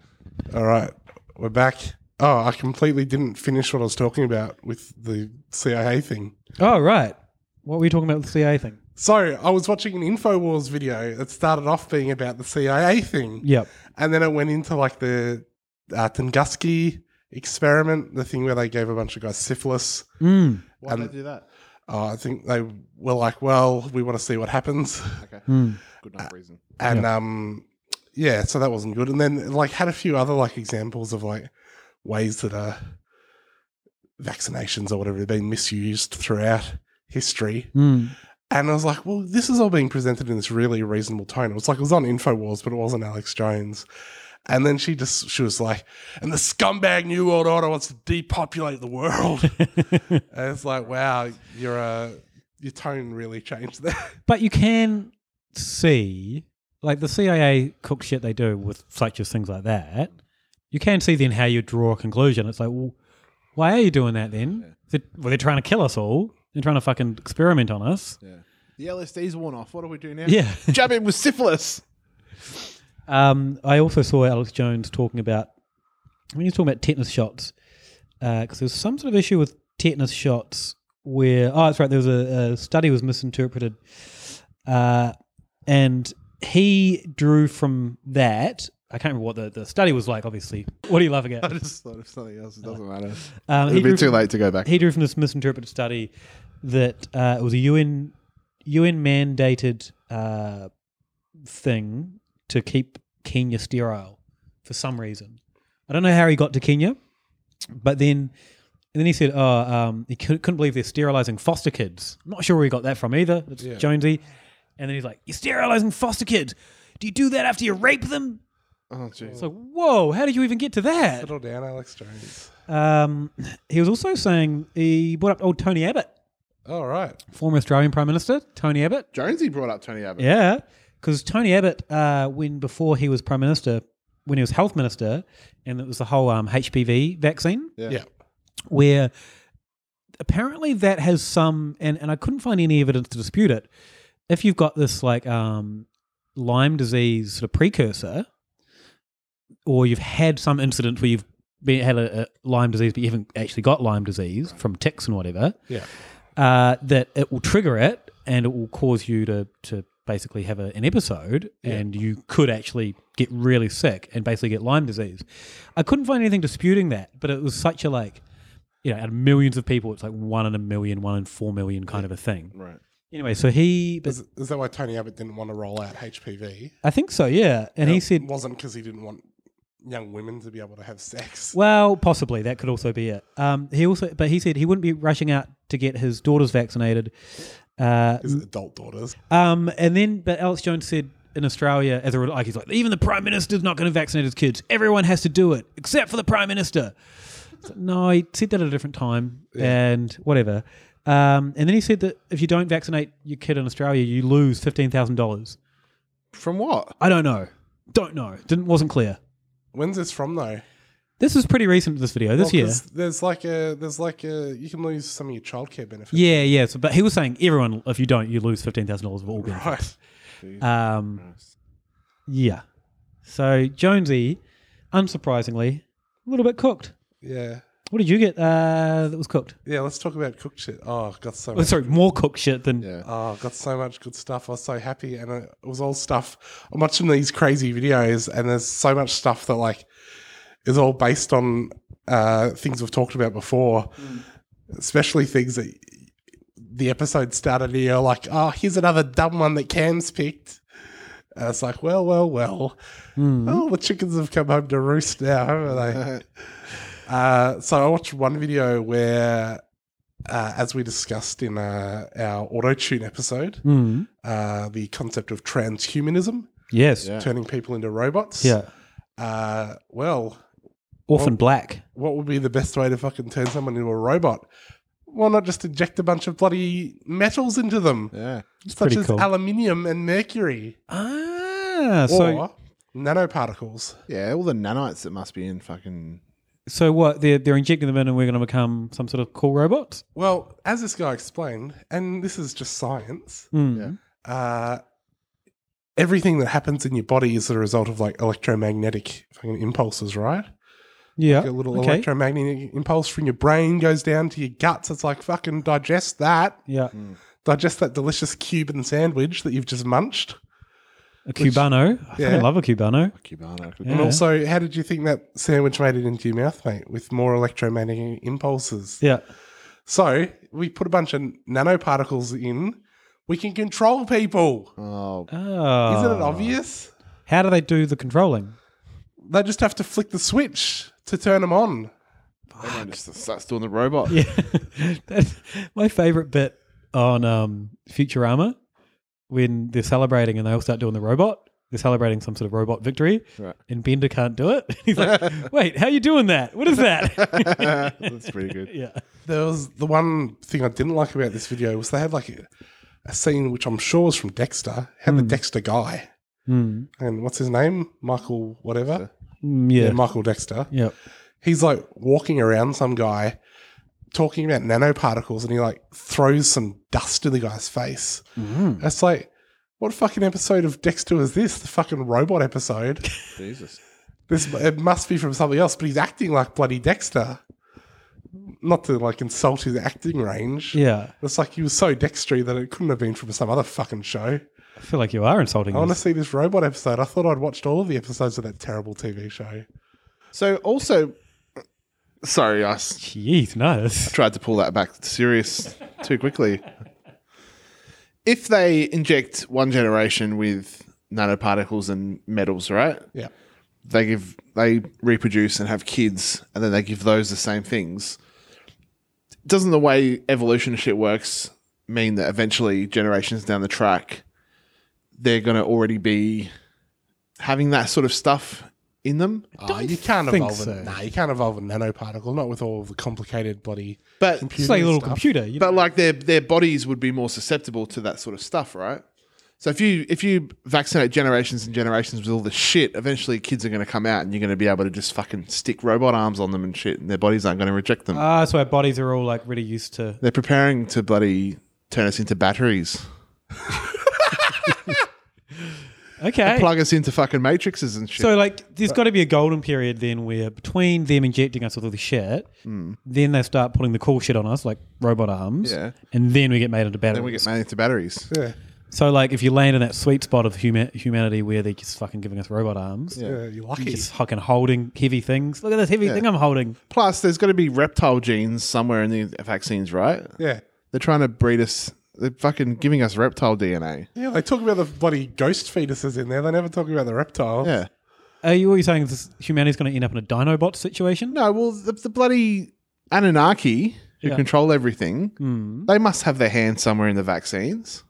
[SPEAKER 6] All right, we're back. Oh, I completely didn't finish what I was talking about with the CIA thing.
[SPEAKER 5] Oh right, what were we talking about with the CIA thing?
[SPEAKER 6] So I was watching an Infowars video that started off being about the CIA thing.
[SPEAKER 5] Yep.
[SPEAKER 6] And then it went into like the uh, Tunguski experiment, the thing where they gave a bunch of guys syphilis.
[SPEAKER 5] Mm.
[SPEAKER 7] Why'd
[SPEAKER 6] And-
[SPEAKER 7] they do that?
[SPEAKER 6] Uh, I think they were like, well, we want to see what happens. Uh,
[SPEAKER 7] Okay.
[SPEAKER 5] Hmm.
[SPEAKER 7] Good enough reason.
[SPEAKER 6] And um, yeah, so that wasn't good. And then like had a few other like examples of like ways that uh vaccinations or whatever have been misused throughout history.
[SPEAKER 5] Hmm.
[SPEAKER 6] And I was like, well, this is all being presented in this really reasonable tone. It was like it was on Infowars, but it wasn't Alex Jones. And then she just she was like, and the scumbag New World Order wants to depopulate the world. and it's like, wow, your uh, your tone really changed there.
[SPEAKER 5] But you can see, like the CIA cook shit they do with such as things like that. You can see then how you draw a conclusion. It's like, well, why are you doing that then? They- well, they're trying to kill us all. They're trying to fucking experiment on us.
[SPEAKER 7] The LSD's worn off. What do we do now?
[SPEAKER 5] Yeah.
[SPEAKER 7] Jab him with syphilis.
[SPEAKER 5] Um, I also saw Alex Jones talking about when he was talking about tetanus shots because there was some sort of issue with tetanus shots where oh that's right there was a, a study was misinterpreted Uh, and he drew from that. I can't remember what the, the study was like, obviously. What are you laughing at?
[SPEAKER 7] I just thought of something else. It doesn't matter.
[SPEAKER 5] Um, he
[SPEAKER 7] It'd be
[SPEAKER 5] drew
[SPEAKER 7] too
[SPEAKER 5] from-
[SPEAKER 7] late to go back.
[SPEAKER 5] He drew from this misinterpreted study that uh, it was a UN UN mandated uh, thing to keep Kenya sterile for some reason. I don't know how he got to Kenya, but then and then he said, "Oh, um, he cou- couldn't believe they're sterilizing foster kids." Not sure where he got that from either. It's
[SPEAKER 8] Yeah.
[SPEAKER 5] Jonesy, and then he's like, "You're sterilizing foster kids. Do you do that after you rape them?"
[SPEAKER 7] Oh, jeez.
[SPEAKER 5] It's like, whoa! How did you even get to that?
[SPEAKER 6] Settle down, Alex Jones.
[SPEAKER 5] Um, he was also saying he brought up old Tony Abbott,
[SPEAKER 6] All right.
[SPEAKER 5] former Australian Prime Minister Tony Abbott.
[SPEAKER 7] Jonesy brought up Tony Abbott.
[SPEAKER 5] Yeah, because Tony Abbott, uh, when before he was Prime Minister, when he was Health Minister, and it was the whole um, HPV vaccine,
[SPEAKER 7] Yeah. Yeah.
[SPEAKER 5] where apparently that has some, and, and I couldn't find any evidence to dispute it. If you've got this like um, Lyme disease sort of precursor, or you've had some incident where you've been, had a, a Lyme disease, but you haven't actually got Lyme disease from ticks and whatever,
[SPEAKER 6] Yeah.
[SPEAKER 5] uh, that it will trigger it and it will cause you to to basically have a, an episode
[SPEAKER 6] Yeah.
[SPEAKER 5] and you could actually get really sick and basically get Lyme disease. I couldn't find anything disputing that, but it was such a like, you know, out of millions of people, it's like one in a million, one in four million kind of a thing.
[SPEAKER 7] Right.
[SPEAKER 5] Anyway, so he,
[SPEAKER 6] Is, is that why Tony Abbott didn't want to roll out HPV?
[SPEAKER 5] I think so, yeah. And he
[SPEAKER 6] It
[SPEAKER 5] said,
[SPEAKER 6] wasn't because he didn't want young women to be able to have sex.
[SPEAKER 5] Well, possibly that could also be it. Um, he also, but he said he wouldn't be rushing out to get his daughters vaccinated. Uh,
[SPEAKER 6] His adult daughters.
[SPEAKER 5] Um, and then, but Alex Jones said in Australia, as a re- like he's like, even the prime minister's not going to vaccinate his kids. Everyone has to do it except for the prime minister. It's like, no, he said that at a different time and whatever. Um, and then he said that if you don't vaccinate your kid in Australia, you lose fifteen thousand dollars.
[SPEAKER 7] From what?
[SPEAKER 5] I don't know. Don't know. Didn't wasn't clear.
[SPEAKER 6] When's this from though?
[SPEAKER 5] This is pretty recent. This video this
[SPEAKER 6] Well,
[SPEAKER 5] year.
[SPEAKER 6] 'cause There's like a there's like a you can lose some of your childcare benefits.
[SPEAKER 5] Yeah, yeah. So, but he was saying everyone, if you don't, you lose fifteen thousand dollars of all benefits.
[SPEAKER 6] Jesus
[SPEAKER 5] Um, yeah. So Jonesy, unsurprisingly, a little bit cooked.
[SPEAKER 6] Yeah.
[SPEAKER 5] What did you get uh, that was cooked?
[SPEAKER 6] Yeah, let's talk about cooked shit. Oh, I've got so
[SPEAKER 5] Oh,
[SPEAKER 6] much.
[SPEAKER 5] sorry, more cooked shit than
[SPEAKER 6] Oh, I've got so much good stuff. I was so happy, and it was all stuff. I'm watching these crazy videos, and there's so much stuff that like is all based on uh, things we've talked about before,
[SPEAKER 5] Mm.
[SPEAKER 6] especially things that the episode started. And you're like, oh, here's another dumb one that Cam's picked. And it's like, well, well, well.
[SPEAKER 5] Mm.
[SPEAKER 6] Oh, the chickens have come home to roost now, haven't they? uh, so I watched one video where, uh, as we discussed in uh, our auto tune episode,
[SPEAKER 5] Mhm.
[SPEAKER 6] uh, the concept of transhumanism.
[SPEAKER 5] Yes. Yeah.
[SPEAKER 6] Turning people into robots.
[SPEAKER 5] Yeah.
[SPEAKER 6] Uh, well,
[SPEAKER 5] Orphan
[SPEAKER 6] what-
[SPEAKER 5] Black.
[SPEAKER 6] What would be the best way to fucking turn someone into a robot? Why not just inject a bunch of bloody metals into them?
[SPEAKER 7] Yeah.
[SPEAKER 6] Such
[SPEAKER 5] pretty
[SPEAKER 6] as
[SPEAKER 5] cool.
[SPEAKER 6] aluminium and mercury.
[SPEAKER 5] Ah,
[SPEAKER 6] or
[SPEAKER 5] so
[SPEAKER 6] nanoparticles.
[SPEAKER 7] Yeah, all the nanites that must be in fucking.
[SPEAKER 5] so what? They're they're injecting them in, and we're going to become some sort of cool robots.
[SPEAKER 6] Well, as this guy explained, and this is just science,
[SPEAKER 5] Mm.
[SPEAKER 6] uh, everything that happens in your body is the result of like electromagnetic fucking impulses, right?
[SPEAKER 5] Yeah.
[SPEAKER 6] Like a little
[SPEAKER 5] Okay.
[SPEAKER 6] electromagnetic impulse from your brain goes down to your guts. It's like fucking digest that.
[SPEAKER 5] Yeah.
[SPEAKER 6] Hmm. Digest that delicious Cuban sandwich that you've just munched.
[SPEAKER 5] A Cubano. I fucking
[SPEAKER 6] Yeah.
[SPEAKER 5] love a Cubano.
[SPEAKER 7] Cubano.
[SPEAKER 6] And also, how did you think that sandwich made it into your mouth, mate? With more electromagnetic impulses.
[SPEAKER 5] Yeah.
[SPEAKER 6] So we put a bunch of nanoparticles in. We can control people.
[SPEAKER 7] Oh.
[SPEAKER 5] Oh.
[SPEAKER 6] Isn't it obvious?
[SPEAKER 5] How do they do the controlling?
[SPEAKER 6] They just have to flick the switch to turn them on.
[SPEAKER 7] Everyone just starts doing the robot.
[SPEAKER 5] Yeah. That's my favorite bit on um, Futurama when they're celebrating and they all start doing the robot. They're celebrating some sort of robot victory,
[SPEAKER 7] Right.
[SPEAKER 5] and Bender can't do it. He's like, "Wait, how you doing that? What is that?"
[SPEAKER 7] That's pretty good.
[SPEAKER 5] yeah.
[SPEAKER 6] There was the one thing I didn't like about this video was they had like a, a scene which I'm sure was from Dexter. Had
[SPEAKER 5] Hmm.
[SPEAKER 6] the Dexter guy
[SPEAKER 5] Mm.
[SPEAKER 6] and what's his name, Michael whatever.
[SPEAKER 5] Mm, yeah.
[SPEAKER 6] Michael Dexter.
[SPEAKER 5] Yep.
[SPEAKER 6] He's like walking around some guy talking about nanoparticles, and he like throws some dust in the guy's face. It's like, what fucking episode of Dexter was this? The fucking robot episode.
[SPEAKER 7] Jesus.
[SPEAKER 6] This it must be from something else, but he's acting like bloody Dexter. not to like insult his acting range.
[SPEAKER 5] Yeah.
[SPEAKER 6] It's like he was so dextry that it couldn't have been from some other fucking show.
[SPEAKER 5] I feel like you are insulting
[SPEAKER 6] I want to
[SPEAKER 5] us.
[SPEAKER 6] see this robot episode. I thought I'd watched all of the episodes of that terrible TV show.
[SPEAKER 7] So also, sorry, I s-
[SPEAKER 5] Jeez, no. I
[SPEAKER 7] tried to pull that back to serious too quickly. If they inject one generation with nanoparticles and metals, right?
[SPEAKER 6] Yeah.
[SPEAKER 7] They give they reproduce and have kids, and then they give those the same things. Doesn't the way evolution shit works mean that eventually generations down the track they're gonna already be having that sort of stuff in them?
[SPEAKER 6] Oh, you can't
[SPEAKER 7] think
[SPEAKER 6] evolve
[SPEAKER 7] so.
[SPEAKER 6] a, nah, you can't evolve a nanoparticle, not with all the complicated bloody
[SPEAKER 7] But
[SPEAKER 6] computer and stuff.
[SPEAKER 7] but like their their bodies would be more susceptible to that sort of stuff, right? So if you if you vaccinate generations and generations with all this shit, eventually kids are going to come out and you're going to be able to just fucking stick robot arms on them and shit, and their bodies aren't going to reject them.
[SPEAKER 5] Ah, so our bodies are all like really used to.
[SPEAKER 7] They're preparing to bloody turn us into batteries.
[SPEAKER 5] Okay.
[SPEAKER 7] And plug us into fucking matrices and shit.
[SPEAKER 5] So like, there's got to be a golden period then where between them injecting us with all the shit,
[SPEAKER 7] Mm.
[SPEAKER 5] then they start pulling the cool shit on us like robot arms.
[SPEAKER 7] Yeah.
[SPEAKER 5] And then we get made into batteries.
[SPEAKER 7] Then we get made into batteries.
[SPEAKER 6] Yeah.
[SPEAKER 5] So like, if you land in that sweet spot of huma- humanity where they're just fucking giving us robot arms,
[SPEAKER 7] Yeah. Yeah, you're lucky.
[SPEAKER 5] just fucking holding heavy things. Look at this heavy thing I'm holding.
[SPEAKER 7] Plus, there's got to be reptile genes somewhere in the vaccines, right?
[SPEAKER 6] Yeah.
[SPEAKER 7] They're trying to breed us. They're fucking giving us reptile DNA.
[SPEAKER 6] Yeah, they talk about the bloody ghost fetuses in there. They never talk about the reptiles.
[SPEAKER 7] Yeah.
[SPEAKER 5] Are you, what you saying? This humanity's going to end up in a Dinobot situation?
[SPEAKER 7] No, well, the, the bloody Anunnaki, who
[SPEAKER 5] Yeah.
[SPEAKER 7] control everything,
[SPEAKER 5] Hmm.
[SPEAKER 7] they must have their hand somewhere in the vaccines.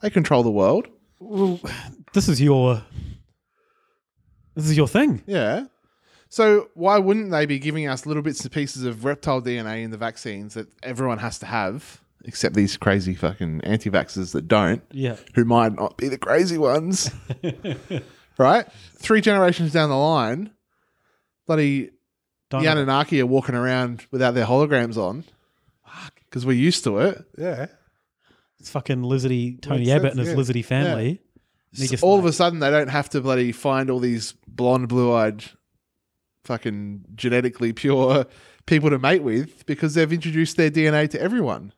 [SPEAKER 7] They control the world.
[SPEAKER 5] Well, this is your this is your thing.
[SPEAKER 7] Yeah. So why wouldn't they be giving us little bits and pieces of reptile DNA in the vaccines that everyone has to have, except these crazy fucking anti-vaxxers that don't,
[SPEAKER 5] Yeah.
[SPEAKER 7] who might not be the crazy ones, right? Three generations down the line, bloody
[SPEAKER 5] Don't
[SPEAKER 7] the Anunnaki are walking around without their holograms on because we're used to it.
[SPEAKER 6] Yeah.
[SPEAKER 5] It's fucking lizardy Tony
[SPEAKER 7] Makes
[SPEAKER 5] Abbott
[SPEAKER 7] sense,
[SPEAKER 5] and his
[SPEAKER 7] yeah.
[SPEAKER 5] lizardy family. They
[SPEAKER 7] So
[SPEAKER 5] just
[SPEAKER 7] all of a sudden, they don't have to bloody find all these blonde, blue-eyed, fucking genetically pure people to mate with because they've introduced their DNA to everyone.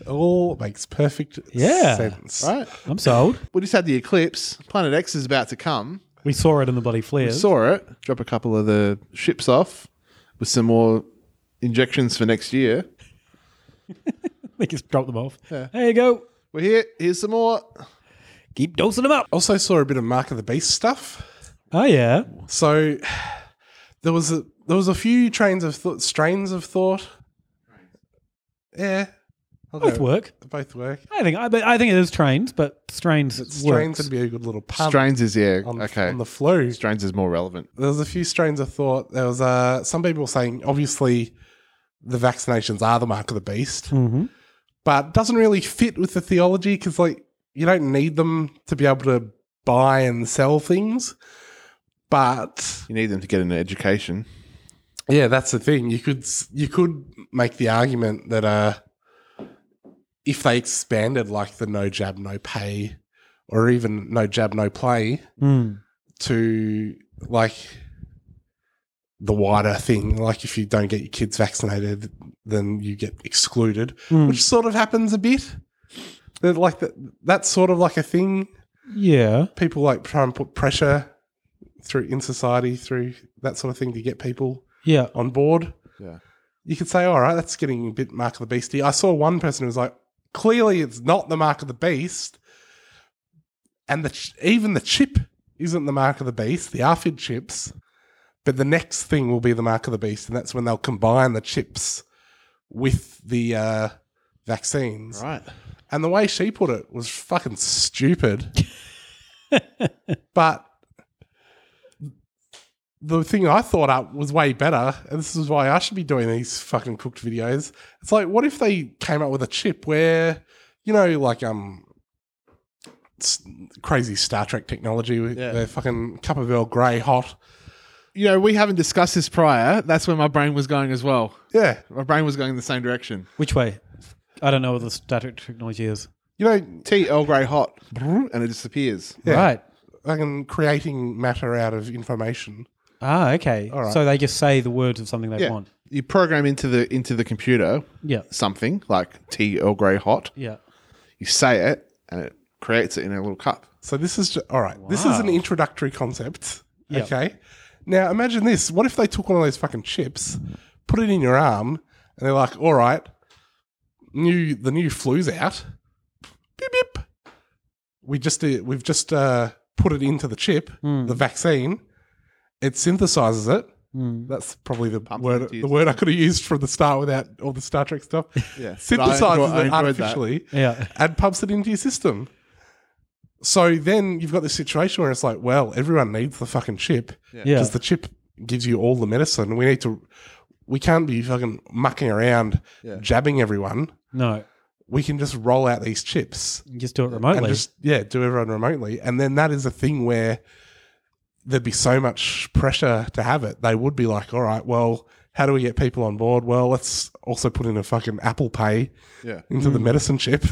[SPEAKER 6] It all makes perfect
[SPEAKER 5] Yeah.
[SPEAKER 6] sense.
[SPEAKER 7] Right?
[SPEAKER 5] I'm sold.
[SPEAKER 7] We just had the eclipse. Planet X is about to come.
[SPEAKER 5] We saw it in the bloody
[SPEAKER 7] We
[SPEAKER 5] flares.
[SPEAKER 7] saw it. Drop a couple of the ships off with some more injections for next year.
[SPEAKER 5] They just dropped them off.
[SPEAKER 7] Yeah.
[SPEAKER 5] There you go.
[SPEAKER 7] We're here. Here's some more.
[SPEAKER 5] Keep dosing them up.
[SPEAKER 6] Also saw a bit of Mark of the Beast stuff.
[SPEAKER 5] Oh yeah.
[SPEAKER 6] So there was a there was a few trains of thought, strains of thought. Yeah, I'll
[SPEAKER 5] Both
[SPEAKER 6] go-
[SPEAKER 5] work.
[SPEAKER 6] Both work.
[SPEAKER 5] I think I, but I think it is trains, but strains
[SPEAKER 6] Strains
[SPEAKER 5] works.
[SPEAKER 6] would be a good little pun.
[SPEAKER 7] Um, Strains is yeah.
[SPEAKER 6] On-
[SPEAKER 7] okay.
[SPEAKER 6] on the flu.
[SPEAKER 7] Strains is more relevant.
[SPEAKER 6] There was a few strains of thought. There was uh, some people saying obviously the vaccinations are the mark of the beast,
[SPEAKER 5] Mhm.
[SPEAKER 6] but doesn't really fit with the theology because like you don't need them to be able to buy and sell things, but
[SPEAKER 7] You need them to get an education.
[SPEAKER 6] Yeah, that's the thing. You could you could make the argument that uh, if they expanded like the no jab no pay, or even no jab no play
[SPEAKER 5] Mm.
[SPEAKER 6] to like the wider thing, like if you don't get your kids vaccinated, then you get excluded,
[SPEAKER 5] Mm.
[SPEAKER 6] which sort of happens a bit. That like that that's sort of like a thing.
[SPEAKER 5] Yeah.
[SPEAKER 6] People like try and put pressure through in society through that sort of thing to get people
[SPEAKER 5] Yeah.
[SPEAKER 6] on board
[SPEAKER 7] Yeah.
[SPEAKER 6] you could say, all right, that's getting a bit Mark of the Beasty. I saw one person who was like, clearly it's not the Mark of the Beast. And the ch- even the chip isn't the Mark of the Beast, the ARFID chips. But the next thing will be the Mark of the Beast. And that's when they'll combine the chips with the uh, vaccines.
[SPEAKER 7] Right.
[SPEAKER 6] And the way she put it was fucking stupid. but the thing I thought up was way better, and this is why I should be doing these fucking cooked videos. It's like, what if they came up with a chip where, you know, like um, s- crazy Star Trek technology, with
[SPEAKER 7] Yeah.
[SPEAKER 6] they're fucking cup of Earl Grey hot.
[SPEAKER 7] You know, we haven't discussed this prior. That's where my brain was going as well.
[SPEAKER 6] Yeah,
[SPEAKER 7] My brain was going in the same direction.
[SPEAKER 5] Which way? I don't know what the static technology is.
[SPEAKER 6] you know,
[SPEAKER 7] Tea, Earl Grey oh, hot, and it disappears.
[SPEAKER 6] yeah,
[SPEAKER 5] Right.
[SPEAKER 6] fucking creating matter out of information.
[SPEAKER 5] Ah, okay.
[SPEAKER 7] All right.
[SPEAKER 5] So they just say the words of something they
[SPEAKER 7] Yeah.
[SPEAKER 5] want.
[SPEAKER 7] You program into the into the computer
[SPEAKER 5] Yeah.
[SPEAKER 7] something like tea Earl Grey hot.
[SPEAKER 5] Yeah.
[SPEAKER 7] You say it and it creates it in a little cup.
[SPEAKER 6] So this is just, all right. This is an introductory concept.
[SPEAKER 7] Yep.
[SPEAKER 6] Okay. Now imagine this. What if they took one of those fucking chips, put it in your arm, and they're like, all right, new the new flu's out. Beep beep. We just uh, we've just uh, put it into the chip, the vaccine. It synthesizes it.
[SPEAKER 5] Mm.
[SPEAKER 6] That's probably the
[SPEAKER 7] it
[SPEAKER 6] word
[SPEAKER 7] into
[SPEAKER 6] the word I could have used from the start without all the Star Trek stuff.
[SPEAKER 7] Yeah. But I
[SPEAKER 6] Synthesizes
[SPEAKER 7] enjoy- I
[SPEAKER 6] it
[SPEAKER 7] enjoyed that.
[SPEAKER 6] artificially
[SPEAKER 5] Yeah.
[SPEAKER 6] and pumps it into your system. So then you've got this situation where it's like, well, everyone needs the fucking chip
[SPEAKER 5] Yeah.
[SPEAKER 6] because
[SPEAKER 5] Yeah.
[SPEAKER 6] the chip gives you all the medicine. We need to, we can't be fucking mucking around,
[SPEAKER 5] Yeah.
[SPEAKER 6] jabbing everyone.
[SPEAKER 5] No.
[SPEAKER 6] We can just roll out these chips
[SPEAKER 5] Just do it remotely.
[SPEAKER 6] and just yeah, do everyone remotely, and then that is a thing where there'd be so much pressure to have it. They would be like, all right, well, how do we get people on board? Well, let's also put in a fucking Apple Pay
[SPEAKER 7] Yeah.
[SPEAKER 6] into the
[SPEAKER 5] Mm.
[SPEAKER 6] medicine chip.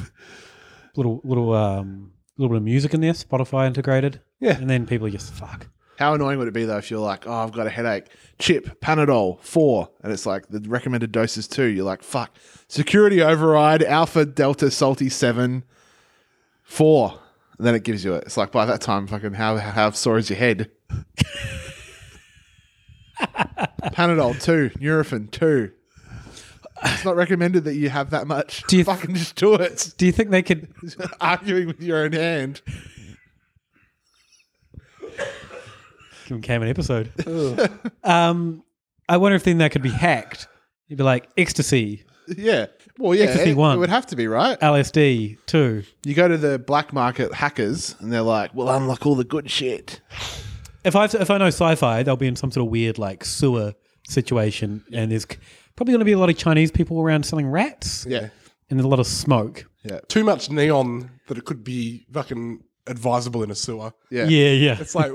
[SPEAKER 5] little little um little bit of music in there, Spotify integrated.
[SPEAKER 6] Yeah.
[SPEAKER 5] And then people just fuck.
[SPEAKER 7] How annoying would it be though if you're like, oh, I've got a headache, chip, Panadol, four, and it's like the recommended dose is two. You're like, fuck, security override, alpha, delta, salty, seven, four. And then it gives you it. It's like by that time, fucking how how sore is your head? Panadol two, Nurofen two. It's not recommended that you have that much. Do you fucking just do it?
[SPEAKER 5] Do you think they could
[SPEAKER 7] arguing with your own hand?
[SPEAKER 5] Came an episode. um I wonder if then that could be hacked. You'd be like ecstasy.
[SPEAKER 7] Yeah. Well, yeah.
[SPEAKER 5] Ecstasy
[SPEAKER 7] it-
[SPEAKER 5] one.
[SPEAKER 7] it would have to be right.
[SPEAKER 5] LSD two.
[SPEAKER 7] You go to the black market hackers and they're like, we'll unlock all the good shit.
[SPEAKER 5] If I if I know sci-fi, they'll be in some sort of weird like sewer situation, and there's c- probably going to be a lot of Chinese people around selling rats.
[SPEAKER 7] Yeah.
[SPEAKER 5] and a lot of smoke.
[SPEAKER 7] Yeah.
[SPEAKER 6] Too much neon that it could be fucking advisable in a sewer.
[SPEAKER 5] Yeah. Yeah, yeah.
[SPEAKER 6] It's like,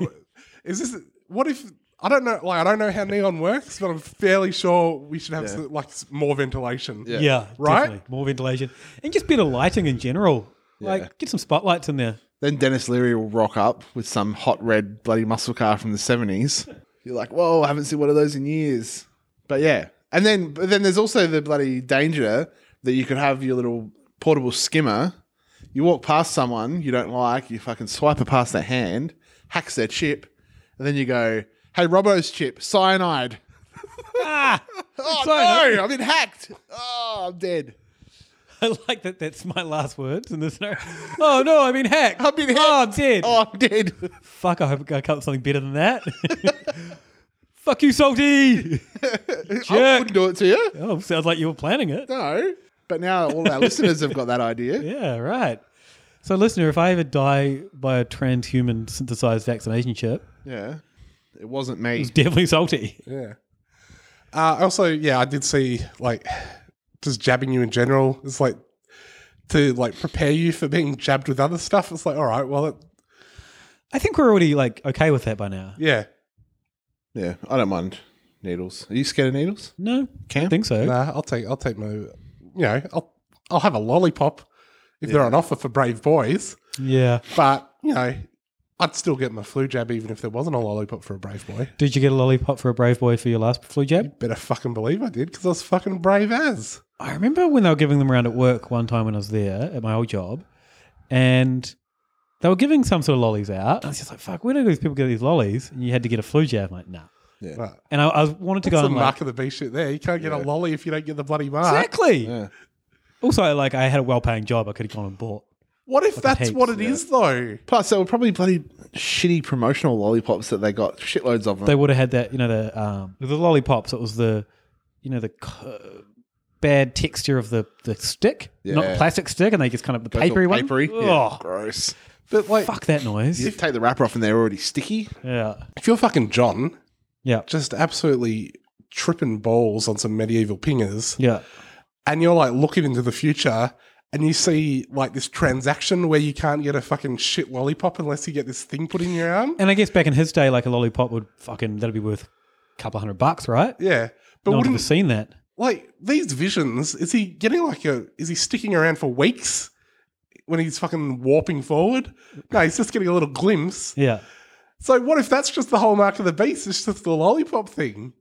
[SPEAKER 6] is this, what if, I don't know, like, I don't know how neon works, but I'm fairly sure we should have
[SPEAKER 5] Yeah.
[SPEAKER 6] some, like s- more ventilation.
[SPEAKER 5] Yeah,
[SPEAKER 6] Right?
[SPEAKER 5] definitely. More ventilation and just better lighting in general. Like get some spotlights in there.
[SPEAKER 7] Then Dennis Leary will rock up with some hot red bloody muscle car from the 70s. You're like, whoa, I haven't seen one of those in years. But yeah. And then, but then there's also the bloody danger that you could have your little portable skimmer. You walk past someone you don't like, you fucking swipe it past their hand, hacks their chip, and then you go, hey, Robbo's chip, cyanide.
[SPEAKER 5] Ah!
[SPEAKER 7] oh, no, I've been hacked. Oh, I'm dead.
[SPEAKER 5] I like that. That's my last words in this. scenario. Oh no, I've been hacked. I've been hacked. Oh, I'm dead.
[SPEAKER 7] Oh, I'm dead.
[SPEAKER 5] Fuck! I hope I come up with something better than that. Fuck you, salty. I wouldn't
[SPEAKER 7] do it to you.
[SPEAKER 5] Oh, sounds like you were planning it.
[SPEAKER 7] No, but now all our listeners have got that idea.
[SPEAKER 5] Yeah, right. So, listener, if I ever die by a transhuman synthesized vaccination chip,
[SPEAKER 7] Yeah. It wasn't me.
[SPEAKER 5] it was definitely salty.
[SPEAKER 6] Yeah. Uh, also, yeah, I did see like just jabbing you in general. It's like to like prepare you for being jabbed with other stuff. It's like, all right, well, it,
[SPEAKER 5] I think we're already like okay with that by now.
[SPEAKER 6] yeah,
[SPEAKER 7] Yeah, I don't mind needles. Are you scared of needles?
[SPEAKER 5] No,
[SPEAKER 7] Cam?
[SPEAKER 5] I think so.
[SPEAKER 6] Nah, I'll take I'll take my, you know, I'll I'll have a lollipop if they're on offer for brave boys.
[SPEAKER 5] Yeah.
[SPEAKER 6] But you know, I'd still get my flu jab even if there wasn't a lollipop for a brave boy.
[SPEAKER 5] Did you get a lollipop for a brave boy for your last flu jab?
[SPEAKER 6] Better fucking believe I did because I was fucking brave as.
[SPEAKER 5] I remember when they were giving them around at work one time when I was there at my old job, and they were giving some sort of lollies out. I was just like, "Fuck, where do these people get these lollies?" And you had to get a flu jab. I'm like, nah.
[SPEAKER 7] Yeah.
[SPEAKER 5] And I, I was- wanted to
[SPEAKER 6] That's
[SPEAKER 5] go
[SPEAKER 6] the
[SPEAKER 5] and like,
[SPEAKER 6] mark of the beast shit there. You can't get a lolly if you don't get the bloody mark.
[SPEAKER 5] Exactly. Also, like I had a well-paying job, I could have gone and bought.
[SPEAKER 6] What if
[SPEAKER 5] Fucking
[SPEAKER 6] that's
[SPEAKER 5] heaps.
[SPEAKER 6] what it is though?
[SPEAKER 7] Plus, they were probably bloody shitty promotional lollipops that they got shitloads of them.
[SPEAKER 5] They would have had that, you know, the um, the lollipops. It was the, you know, the c- bad texture of the the stick, not the
[SPEAKER 7] Yeah.
[SPEAKER 5] plastic stick, and they just kind of the
[SPEAKER 7] Goes all
[SPEAKER 5] papery one.
[SPEAKER 7] Papery. Yeah,
[SPEAKER 5] Ugh.
[SPEAKER 7] gross.
[SPEAKER 6] But like,
[SPEAKER 5] fuck that noise.
[SPEAKER 7] You take the wrapper off and they're already sticky.
[SPEAKER 5] Yeah.
[SPEAKER 6] If you're fucking John,
[SPEAKER 5] yeah,
[SPEAKER 6] just absolutely tripping balls on some medieval pingers,
[SPEAKER 5] yeah,
[SPEAKER 6] and you're like looking into the future. And you see like this transaction where you can't get a fucking shit lollipop unless you get this thing put in your arm.
[SPEAKER 5] And I guess back in his day, like a lollipop would fucking that'd be worth a couple hundred bucks, right?
[SPEAKER 6] Yeah,
[SPEAKER 5] But no
[SPEAKER 6] but
[SPEAKER 5] one would
[SPEAKER 6] wouldn't
[SPEAKER 5] have seen that.
[SPEAKER 6] like these visions? Is he getting like a? Is he sticking around for weeks when he's fucking warping forward? No, he's just getting a little glimpse.
[SPEAKER 5] Yeah.
[SPEAKER 6] So what if that's just the hallmark of the beast? It's just the lollipop thing.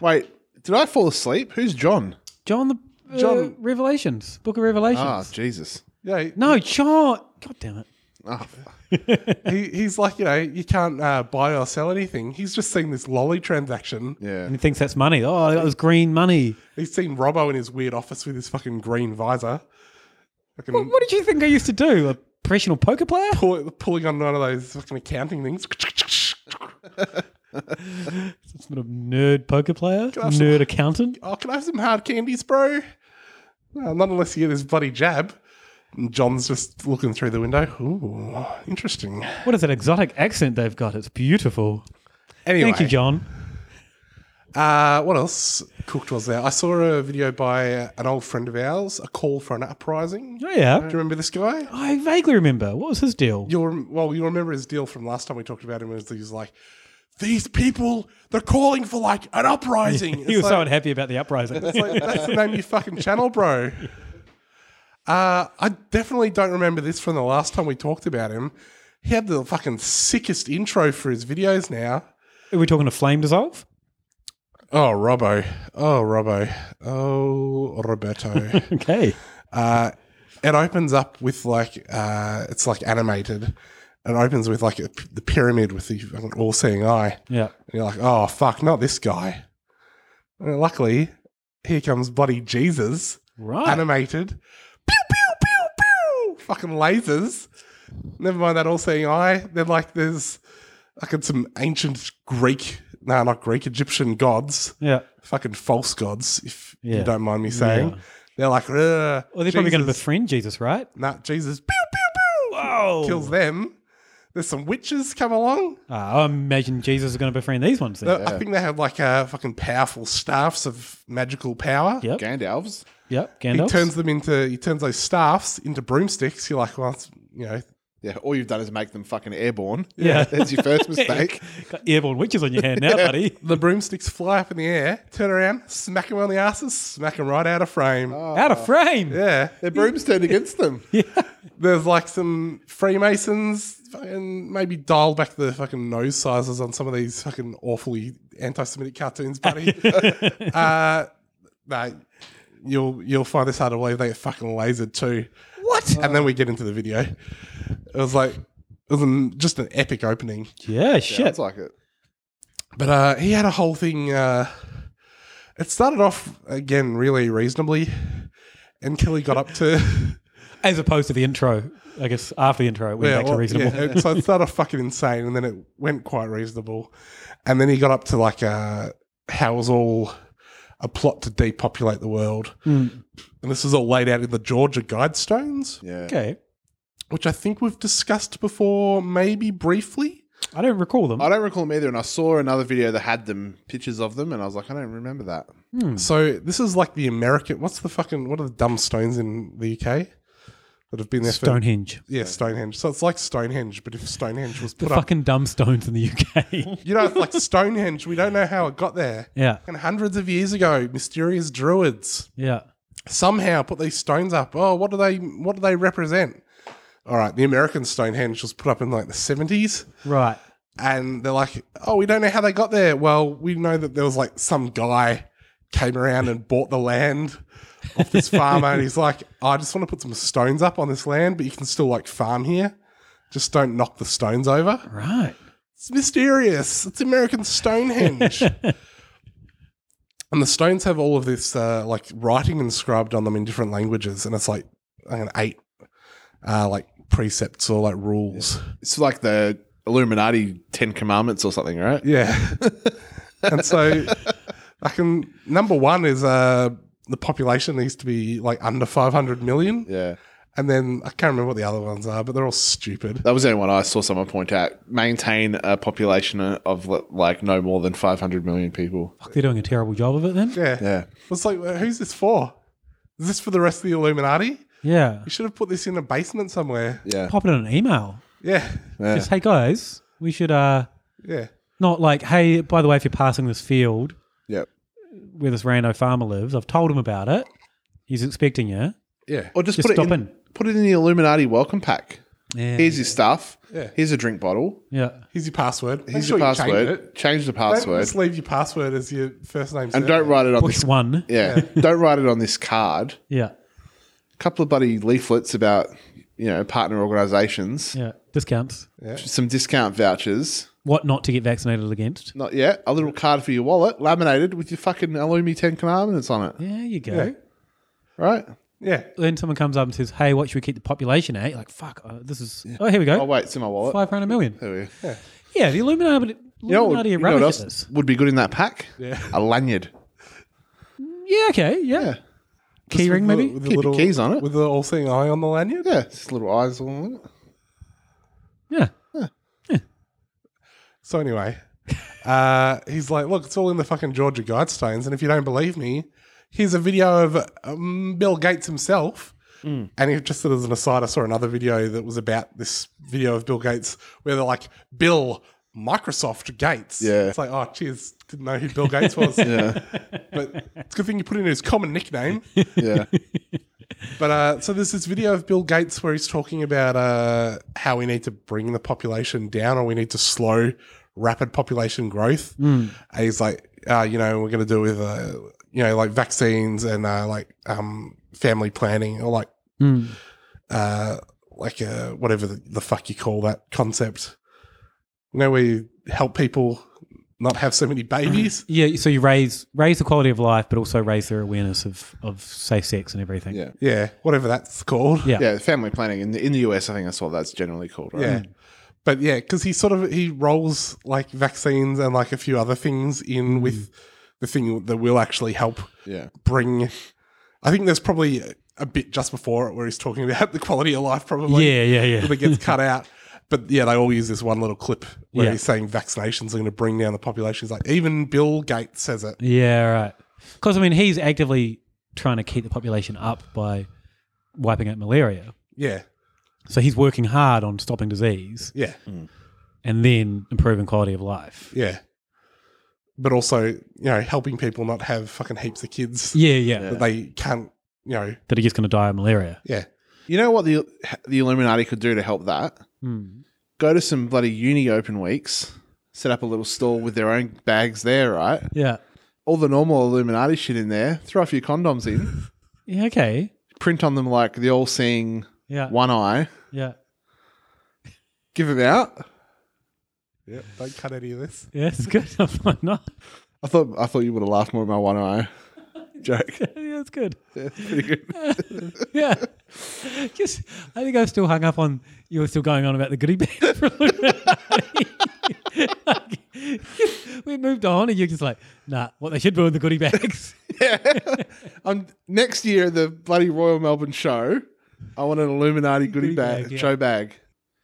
[SPEAKER 6] Wait, did I fall asleep? Who's John?
[SPEAKER 5] John the Uh,
[SPEAKER 6] John.
[SPEAKER 5] Revelations, Book of Revelations.
[SPEAKER 7] Ah, Jesus.
[SPEAKER 6] Yeah.
[SPEAKER 5] No, John. God damn it.
[SPEAKER 6] he, he's like, you know, you can't uh, buy or sell anything. He's just seen this lolly transaction.
[SPEAKER 7] Yeah.
[SPEAKER 5] And he thinks that's money. Oh, that was green money.
[SPEAKER 6] He's seen Robbo in his weird office with his fucking green visor. Fucking
[SPEAKER 5] What did you think I used to do? A professional poker player?
[SPEAKER 6] pull, pulling on one of those fucking accounting things.
[SPEAKER 5] Some sort of nerd poker player?
[SPEAKER 6] I have some-
[SPEAKER 5] Nerd accountant?
[SPEAKER 6] oh, can I have some hard candies, bro? No, not unless you hear this bloody jab. And John's just looking through the window. Ooh, interesting.
[SPEAKER 5] What is that exotic accent they've got? It's beautiful.
[SPEAKER 6] Anyway.
[SPEAKER 5] Thank you, John.
[SPEAKER 6] Uh, what else cooked was there? I saw a video by an old friend of ours, A Call for an Uprising.
[SPEAKER 5] Oh, yeah.
[SPEAKER 6] Do you remember this guy?
[SPEAKER 5] I vaguely remember. What was his deal?
[SPEAKER 6] You'll rem- well, you'll remember his deal from last time we talked about him was he's like, these people, they're calling for like an uprising.
[SPEAKER 5] he
[SPEAKER 6] It's
[SPEAKER 5] was so
[SPEAKER 6] like-
[SPEAKER 5] unhappy about the uprising.
[SPEAKER 6] That's, like, that's the name of your fucking channel, bro. Uh, I definitely don't remember this from the last time we talked about him. He had the fucking sickest intro for his videos now.
[SPEAKER 5] Are we talking a flame dissolve?
[SPEAKER 6] Oh, Robbo. Oh, Robbo. Oh, Roberto.
[SPEAKER 5] okay.
[SPEAKER 6] Uh, it opens up with like, uh, it's like animated. It opens with like a, the pyramid with the fucking all seeing eye.
[SPEAKER 5] Yeah.
[SPEAKER 6] And you're like, oh, fuck, not this guy. And luckily, here comes bloody Jesus.
[SPEAKER 5] Right.
[SPEAKER 6] Animated. Pew, pew, pew, pew. Fucking lasers. Never mind that all seeing eye. Then, like, there's fucking some ancient Greek, no, not Greek, Egyptian gods.
[SPEAKER 5] Yeah.
[SPEAKER 6] Fucking false gods, if
[SPEAKER 5] Yeah.
[SPEAKER 6] you don't mind me saying.
[SPEAKER 5] Yeah.
[SPEAKER 6] They're like, well, they're
[SPEAKER 5] Well, they're probably going to befriend Jesus, right?
[SPEAKER 6] Nah, Jesus. Pew, pew, pew.
[SPEAKER 5] Whoa.
[SPEAKER 6] Kills them. There's some witches come along.
[SPEAKER 5] Ah, I imagine Jesus is going to befriend these ones. Then.
[SPEAKER 6] No, I think they have like uh, fucking powerful staffs of magical power.
[SPEAKER 5] Yep.
[SPEAKER 7] Gandalfs.
[SPEAKER 5] Yep.
[SPEAKER 6] He
[SPEAKER 5] Gandalf.
[SPEAKER 6] turns them into he turns those staffs into broomsticks. You're like, well, that's, you know,
[SPEAKER 7] Yeah, all you've done is make them fucking airborne.
[SPEAKER 5] Yeah.
[SPEAKER 7] That's your first mistake.
[SPEAKER 5] Got airborne witches on your hand now, buddy.
[SPEAKER 6] the broomsticks fly up in the air, turn around, smack them on the asses, smack them right out of frame.
[SPEAKER 5] Out of frame.
[SPEAKER 6] Yeah,
[SPEAKER 7] Their brooms turned against them. Yeah.
[SPEAKER 6] there's like some Freemasons and maybe dial back the fucking nose sizes on some of these fucking awfully anti-Semitic cartoons, buddy. uh, nah, you'll you'll find this hard to believe. They get fucking lasered too.
[SPEAKER 5] What?
[SPEAKER 6] And then we get into the video. It was like it was an, just an epic opening.
[SPEAKER 5] Yeah, shit.
[SPEAKER 7] It's like it.
[SPEAKER 6] But uh, he had a whole thing. Uh, it started off again really reasonably until he got up to.
[SPEAKER 5] As opposed to the intro, I guess after the intro, it went back to
[SPEAKER 6] well,
[SPEAKER 5] reasonable.
[SPEAKER 6] yeah, it- so it started off fucking insane, and then it went quite reasonable, and then he got up to like uh, how it was all a plot to depopulate the world,
[SPEAKER 5] Hmm.
[SPEAKER 6] and this is all laid out in the Georgia Guidestones,
[SPEAKER 7] Yeah.
[SPEAKER 5] Okay.
[SPEAKER 6] which I think we've discussed before, maybe briefly.
[SPEAKER 5] I don't recall them.
[SPEAKER 7] I don't recall them either, and I saw another video that had them pictures of them, and I was like, I don't remember that.
[SPEAKER 5] Hmm.
[SPEAKER 6] So this is like the American. What's the fucking? What are the dumb stones in the UK that have been there? for-
[SPEAKER 5] Stonehenge.
[SPEAKER 6] yeah, Stonehenge. So it's like Stonehenge, but if Stonehenge was
[SPEAKER 5] The
[SPEAKER 6] put up,
[SPEAKER 5] fucking dumb stones in the UK.
[SPEAKER 6] you know, it's like Stonehenge. We don't know how it got there.
[SPEAKER 5] yeah.
[SPEAKER 6] And hundreds of years ago, mysterious druids
[SPEAKER 5] Yeah.
[SPEAKER 6] somehow put these stones up. Oh, what do they what do they represent? All right, the American Stonehenge was put up in like the 70s
[SPEAKER 5] Right.
[SPEAKER 6] and they're like, "Oh, we don't know how they got there." Well, we know that there was like some guy came around and bought the land off this farmer and he's like, "I just want to put some stones up on this land, but you can still like farm here. Just don't knock the stones over."
[SPEAKER 5] Right.
[SPEAKER 6] It's mysterious. It's American Stonehenge. and the stones have all of this uh, like writing inscribed on them in different languages, and it's like an eight uh, like precepts or like rules.
[SPEAKER 7] It's like the Illuminati Ten Commandments or something, right?
[SPEAKER 6] Yeah. and so I can number one is uh the population needs to be like under five hundred million.
[SPEAKER 7] Yeah.
[SPEAKER 6] And then I can't remember what the other ones are, but they're all stupid.
[SPEAKER 7] That was the only one I saw someone point out. Maintain a population of like no more than 500 million people.
[SPEAKER 5] Fuck, they're doing a terrible job of it then.
[SPEAKER 6] Yeah.
[SPEAKER 7] Yeah.
[SPEAKER 6] It's like who's this for? Is this for the rest of the Illuminati?
[SPEAKER 5] Yeah.
[SPEAKER 6] You should have put this in a basement somewhere.
[SPEAKER 7] Yeah.
[SPEAKER 5] Pop it in an email.
[SPEAKER 6] Yeah.
[SPEAKER 7] Yeah.
[SPEAKER 5] Just, hey guys, we should uh
[SPEAKER 6] Yeah.
[SPEAKER 5] not like, hey, by the way, if you're passing this field
[SPEAKER 7] Yep.
[SPEAKER 5] where this rando farmer lives, I've told him about it. He's expecting you.
[SPEAKER 6] Yeah.
[SPEAKER 7] Or just,
[SPEAKER 5] Just
[SPEAKER 7] put it
[SPEAKER 5] stop
[SPEAKER 7] in,
[SPEAKER 5] in.
[SPEAKER 7] Put it in the Illuminati welcome pack.
[SPEAKER 5] Yeah.
[SPEAKER 7] Here's your stuff.
[SPEAKER 6] Yeah.
[SPEAKER 7] Here's a drink bottle.
[SPEAKER 5] Yeah.
[SPEAKER 6] Here's your password.
[SPEAKER 7] Here's your
[SPEAKER 6] you change
[SPEAKER 7] password.
[SPEAKER 6] it.
[SPEAKER 7] Change the
[SPEAKER 6] Don't
[SPEAKER 7] password.
[SPEAKER 6] just leave your password as your first name.
[SPEAKER 7] and don't write it on this
[SPEAKER 5] one.
[SPEAKER 7] Yeah, don't write it on this card.
[SPEAKER 5] Yeah.
[SPEAKER 7] A couple of buddy leaflets about you know partner organisations.
[SPEAKER 5] Yeah. Discounts.
[SPEAKER 7] Some discount vouchers.
[SPEAKER 5] What not to get vaccinated against?
[SPEAKER 7] Not yet. A little card for your wallet, laminated with your fucking Alumi Ten Commandments on it.
[SPEAKER 5] Yeah, you go.
[SPEAKER 7] Yeah. Right.
[SPEAKER 6] Yeah.
[SPEAKER 5] Then someone comes up and says, "Hey, what should we keep the population at?" You're like, "Fuck, uh, this is." Oh, here we go.
[SPEAKER 7] Oh wait, it's in my wallet.
[SPEAKER 5] Five hundred million.
[SPEAKER 7] There we go. Yeah.
[SPEAKER 5] Yeah, the Illuminati.
[SPEAKER 7] You know, what,
[SPEAKER 5] Illuminati
[SPEAKER 7] you
[SPEAKER 5] are
[SPEAKER 7] know what
[SPEAKER 5] rubbish
[SPEAKER 7] else
[SPEAKER 5] at this.
[SPEAKER 7] would be good in that pack?
[SPEAKER 5] Yeah.
[SPEAKER 7] A lanyard.
[SPEAKER 5] Yeah. Okay. Yeah.
[SPEAKER 6] Just
[SPEAKER 5] Key ring,
[SPEAKER 6] with the-
[SPEAKER 5] maybe.
[SPEAKER 6] with
[SPEAKER 7] Keep
[SPEAKER 6] the
[SPEAKER 7] your
[SPEAKER 6] little
[SPEAKER 7] keys on it.
[SPEAKER 6] with the all-seeing eye on the lanyard.
[SPEAKER 7] Yeah, just little eyes on it.
[SPEAKER 5] Yeah.
[SPEAKER 6] So anyway, uh, he's like, "Look, it's all in the fucking Georgia Guidestones, and if you don't believe me, here's a video of um, Bill Gates himself." And he just said as an aside, I saw another video that was about this video of Bill Gates where they're like, "Bill Microsoft Gates."
[SPEAKER 7] Yeah.
[SPEAKER 6] it's like, "Oh, cheers, didn't know who Bill Gates was."
[SPEAKER 7] Yeah.
[SPEAKER 6] but it's a good thing you put in his common nickname.
[SPEAKER 7] Yeah.
[SPEAKER 6] But uh, so there's this video of Bill Gates where he's talking about uh, how we need to bring the population down or we need to slow rapid population growth.
[SPEAKER 5] Mm.
[SPEAKER 6] And he's like, uh, you know, we're going to do with, uh, you know, like vaccines and uh, like um, family planning or like,
[SPEAKER 5] Mm.
[SPEAKER 6] uh, like uh, whatever the, the fuck you call that concept. You know, where you help people not have so many babies.
[SPEAKER 5] Yeah. So you raise raise the quality of life, but also raise their awareness of of safe sex and everything.
[SPEAKER 7] Yeah.
[SPEAKER 6] yeah, whatever that's called.
[SPEAKER 5] Yeah.
[SPEAKER 7] family planning in the, in the US, I think that's what that's generally called, right?
[SPEAKER 6] Yeah.
[SPEAKER 5] Mm.
[SPEAKER 6] But yeah, because he sort of he rolls like vaccines and like a few other things
[SPEAKER 5] Mm.
[SPEAKER 6] in with the thing that will actually help
[SPEAKER 7] Yeah.
[SPEAKER 6] bring. I think there's probably a bit just before it where he's talking about the quality of life, probably.
[SPEAKER 5] Yeah, yeah, yeah.
[SPEAKER 6] That gets cut out. But yeah, they all use this one little clip where
[SPEAKER 5] Yeah.
[SPEAKER 6] he's saying vaccinations are going to bring down the population. He's like, even Bill Gates says it.
[SPEAKER 5] Yeah, right. Because I mean, he's actively trying to keep the population up by wiping out malaria.
[SPEAKER 6] Yeah.
[SPEAKER 5] So he's working hard on stopping disease.
[SPEAKER 6] Yeah.
[SPEAKER 5] And then improving quality of life.
[SPEAKER 6] Yeah. But also, you know, helping people not have fucking heaps of kids.
[SPEAKER 5] Yeah, yeah. Yeah.
[SPEAKER 6] That they can't, you know,
[SPEAKER 5] That he's just going to die of malaria.
[SPEAKER 6] yeah.
[SPEAKER 7] You know what the the Illuminati could do to help that?
[SPEAKER 5] Hmm.
[SPEAKER 7] Go to some bloody uni open weeks, set up a little stall with their own bags there, right?
[SPEAKER 5] Yeah.
[SPEAKER 7] All the normal Illuminati shit in there. Throw a few condoms in.
[SPEAKER 5] Yeah. Okay.
[SPEAKER 7] Print on them like the all-seeing
[SPEAKER 5] Yeah.
[SPEAKER 7] one eye.
[SPEAKER 5] Yeah.
[SPEAKER 7] Give them out.
[SPEAKER 6] Yep, don't cut any of this.
[SPEAKER 5] Yeah, it's good. I'm not.
[SPEAKER 7] I thought I thought you would have laughed more at my one eye joke.
[SPEAKER 5] Yeah, it's good.
[SPEAKER 7] Yeah, it's pretty good.
[SPEAKER 5] yeah. Just, I think I was still hung up on you were still going on about the goodie bag for Illuminati. Like, we moved on, and you're just like, nah, what they should do with the goodie bags.
[SPEAKER 7] Um, next year, the bloody Royal Melbourne show, I want an Illuminati goodie, bag,
[SPEAKER 5] bag, yeah. Oh,
[SPEAKER 7] show bag.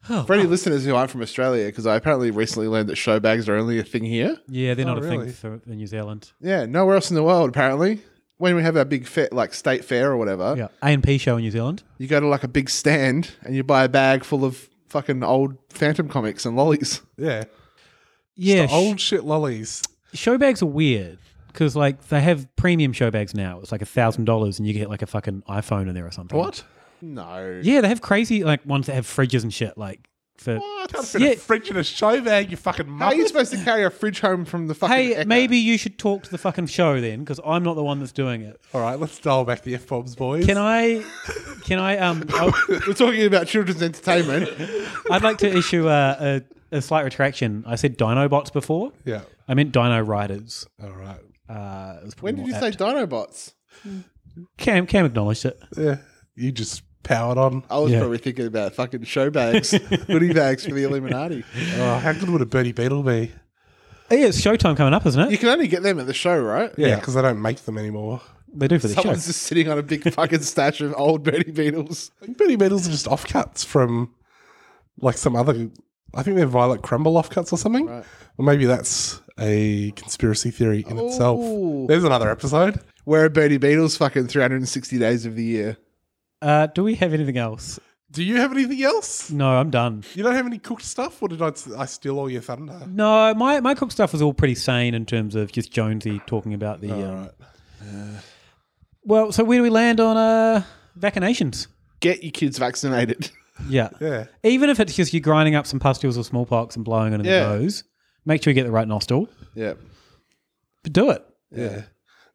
[SPEAKER 7] For any listeners who aren't from Australia, because I apparently recently learned that show bags are only a thing here.
[SPEAKER 5] Yeah, they're
[SPEAKER 6] Oh,
[SPEAKER 5] not a
[SPEAKER 6] really?
[SPEAKER 5] thing for in New Zealand.
[SPEAKER 7] Yeah, nowhere else in the world, apparently. When we have our big fair, like state fair or whatever,
[SPEAKER 5] Yeah, A and P show in New Zealand.
[SPEAKER 7] you go to like a big stand and you buy a bag full of fucking old Phantom comics and lollies.
[SPEAKER 6] Yeah. Just
[SPEAKER 5] Yeah,
[SPEAKER 6] the old shit lollies.
[SPEAKER 5] show bags are weird because like they have premium show bags now. It's like a thousand dollars, and you get like a fucking iPhone in there or something.
[SPEAKER 7] No.
[SPEAKER 5] Yeah, they have crazy like ones that have fridges and shit. Like for
[SPEAKER 6] Oh, Can't fit a fridge in a show bag, you fucking
[SPEAKER 7] How are you
[SPEAKER 6] muppet.
[SPEAKER 7] supposed to carry a fridge home from the fucking
[SPEAKER 5] hey,
[SPEAKER 7] Echo?
[SPEAKER 5] maybe you should talk to the fucking show then because I'm not the one that's doing it.
[SPEAKER 6] All right, let's dial back the F bombs, boys.
[SPEAKER 5] Can I? Can I? Um, I-
[SPEAKER 7] We're talking about children's entertainment.
[SPEAKER 5] I'd like to issue a, a, a slight retraction. I said Dinobots before.
[SPEAKER 6] Yeah.
[SPEAKER 5] I meant Dino Riders.
[SPEAKER 6] All right.
[SPEAKER 5] Uh, it was
[SPEAKER 7] when
[SPEAKER 5] probably
[SPEAKER 7] did
[SPEAKER 5] more
[SPEAKER 7] you say
[SPEAKER 5] apt.
[SPEAKER 7] Dinobots?
[SPEAKER 5] Cam Cam acknowledged it.
[SPEAKER 6] Yeah. You just powered on.
[SPEAKER 7] I was
[SPEAKER 5] Yeah.
[SPEAKER 7] probably thinking about fucking show bags, goodie bags for the Illuminati.
[SPEAKER 6] Oh, how good would a Birdie Beetle be?
[SPEAKER 5] Yeah, it's showtime coming up, isn't it?
[SPEAKER 7] You can only get them at the show, right?
[SPEAKER 6] Yeah, because I don't make them anymore.
[SPEAKER 5] they do for the show.
[SPEAKER 7] Someone's just sitting on a big fucking stash of old Bernie Beetles.
[SPEAKER 6] I think Birdie Beetles are just offcuts from like some other. I think they're Violet Crumble offcuts or something.
[SPEAKER 7] Right.
[SPEAKER 6] Or maybe that's a conspiracy theory in
[SPEAKER 7] Ooh.
[SPEAKER 6] itself. There's another episode.
[SPEAKER 7] Where are Bernie Beetles fucking 360 days of the year?
[SPEAKER 5] Uh, do we have anything else?
[SPEAKER 6] Do you have anything else?
[SPEAKER 5] No, I'm done.
[SPEAKER 6] You don't have any cooked stuff? Or did I, I steal all your thunder?
[SPEAKER 5] No, my, my cook stuff was all pretty sane in terms of just Jonesy talking about the. um, Well, so where do we land on uh, vaccinations?
[SPEAKER 7] Get your kids vaccinated.
[SPEAKER 5] Yeah.
[SPEAKER 6] Yeah.
[SPEAKER 5] Even if it's just you grinding up some pustules or smallpox and blowing it in
[SPEAKER 7] Yeah.
[SPEAKER 5] the nose, make sure you get the right nostril.
[SPEAKER 7] Yeah.
[SPEAKER 5] But do it.
[SPEAKER 6] Yeah.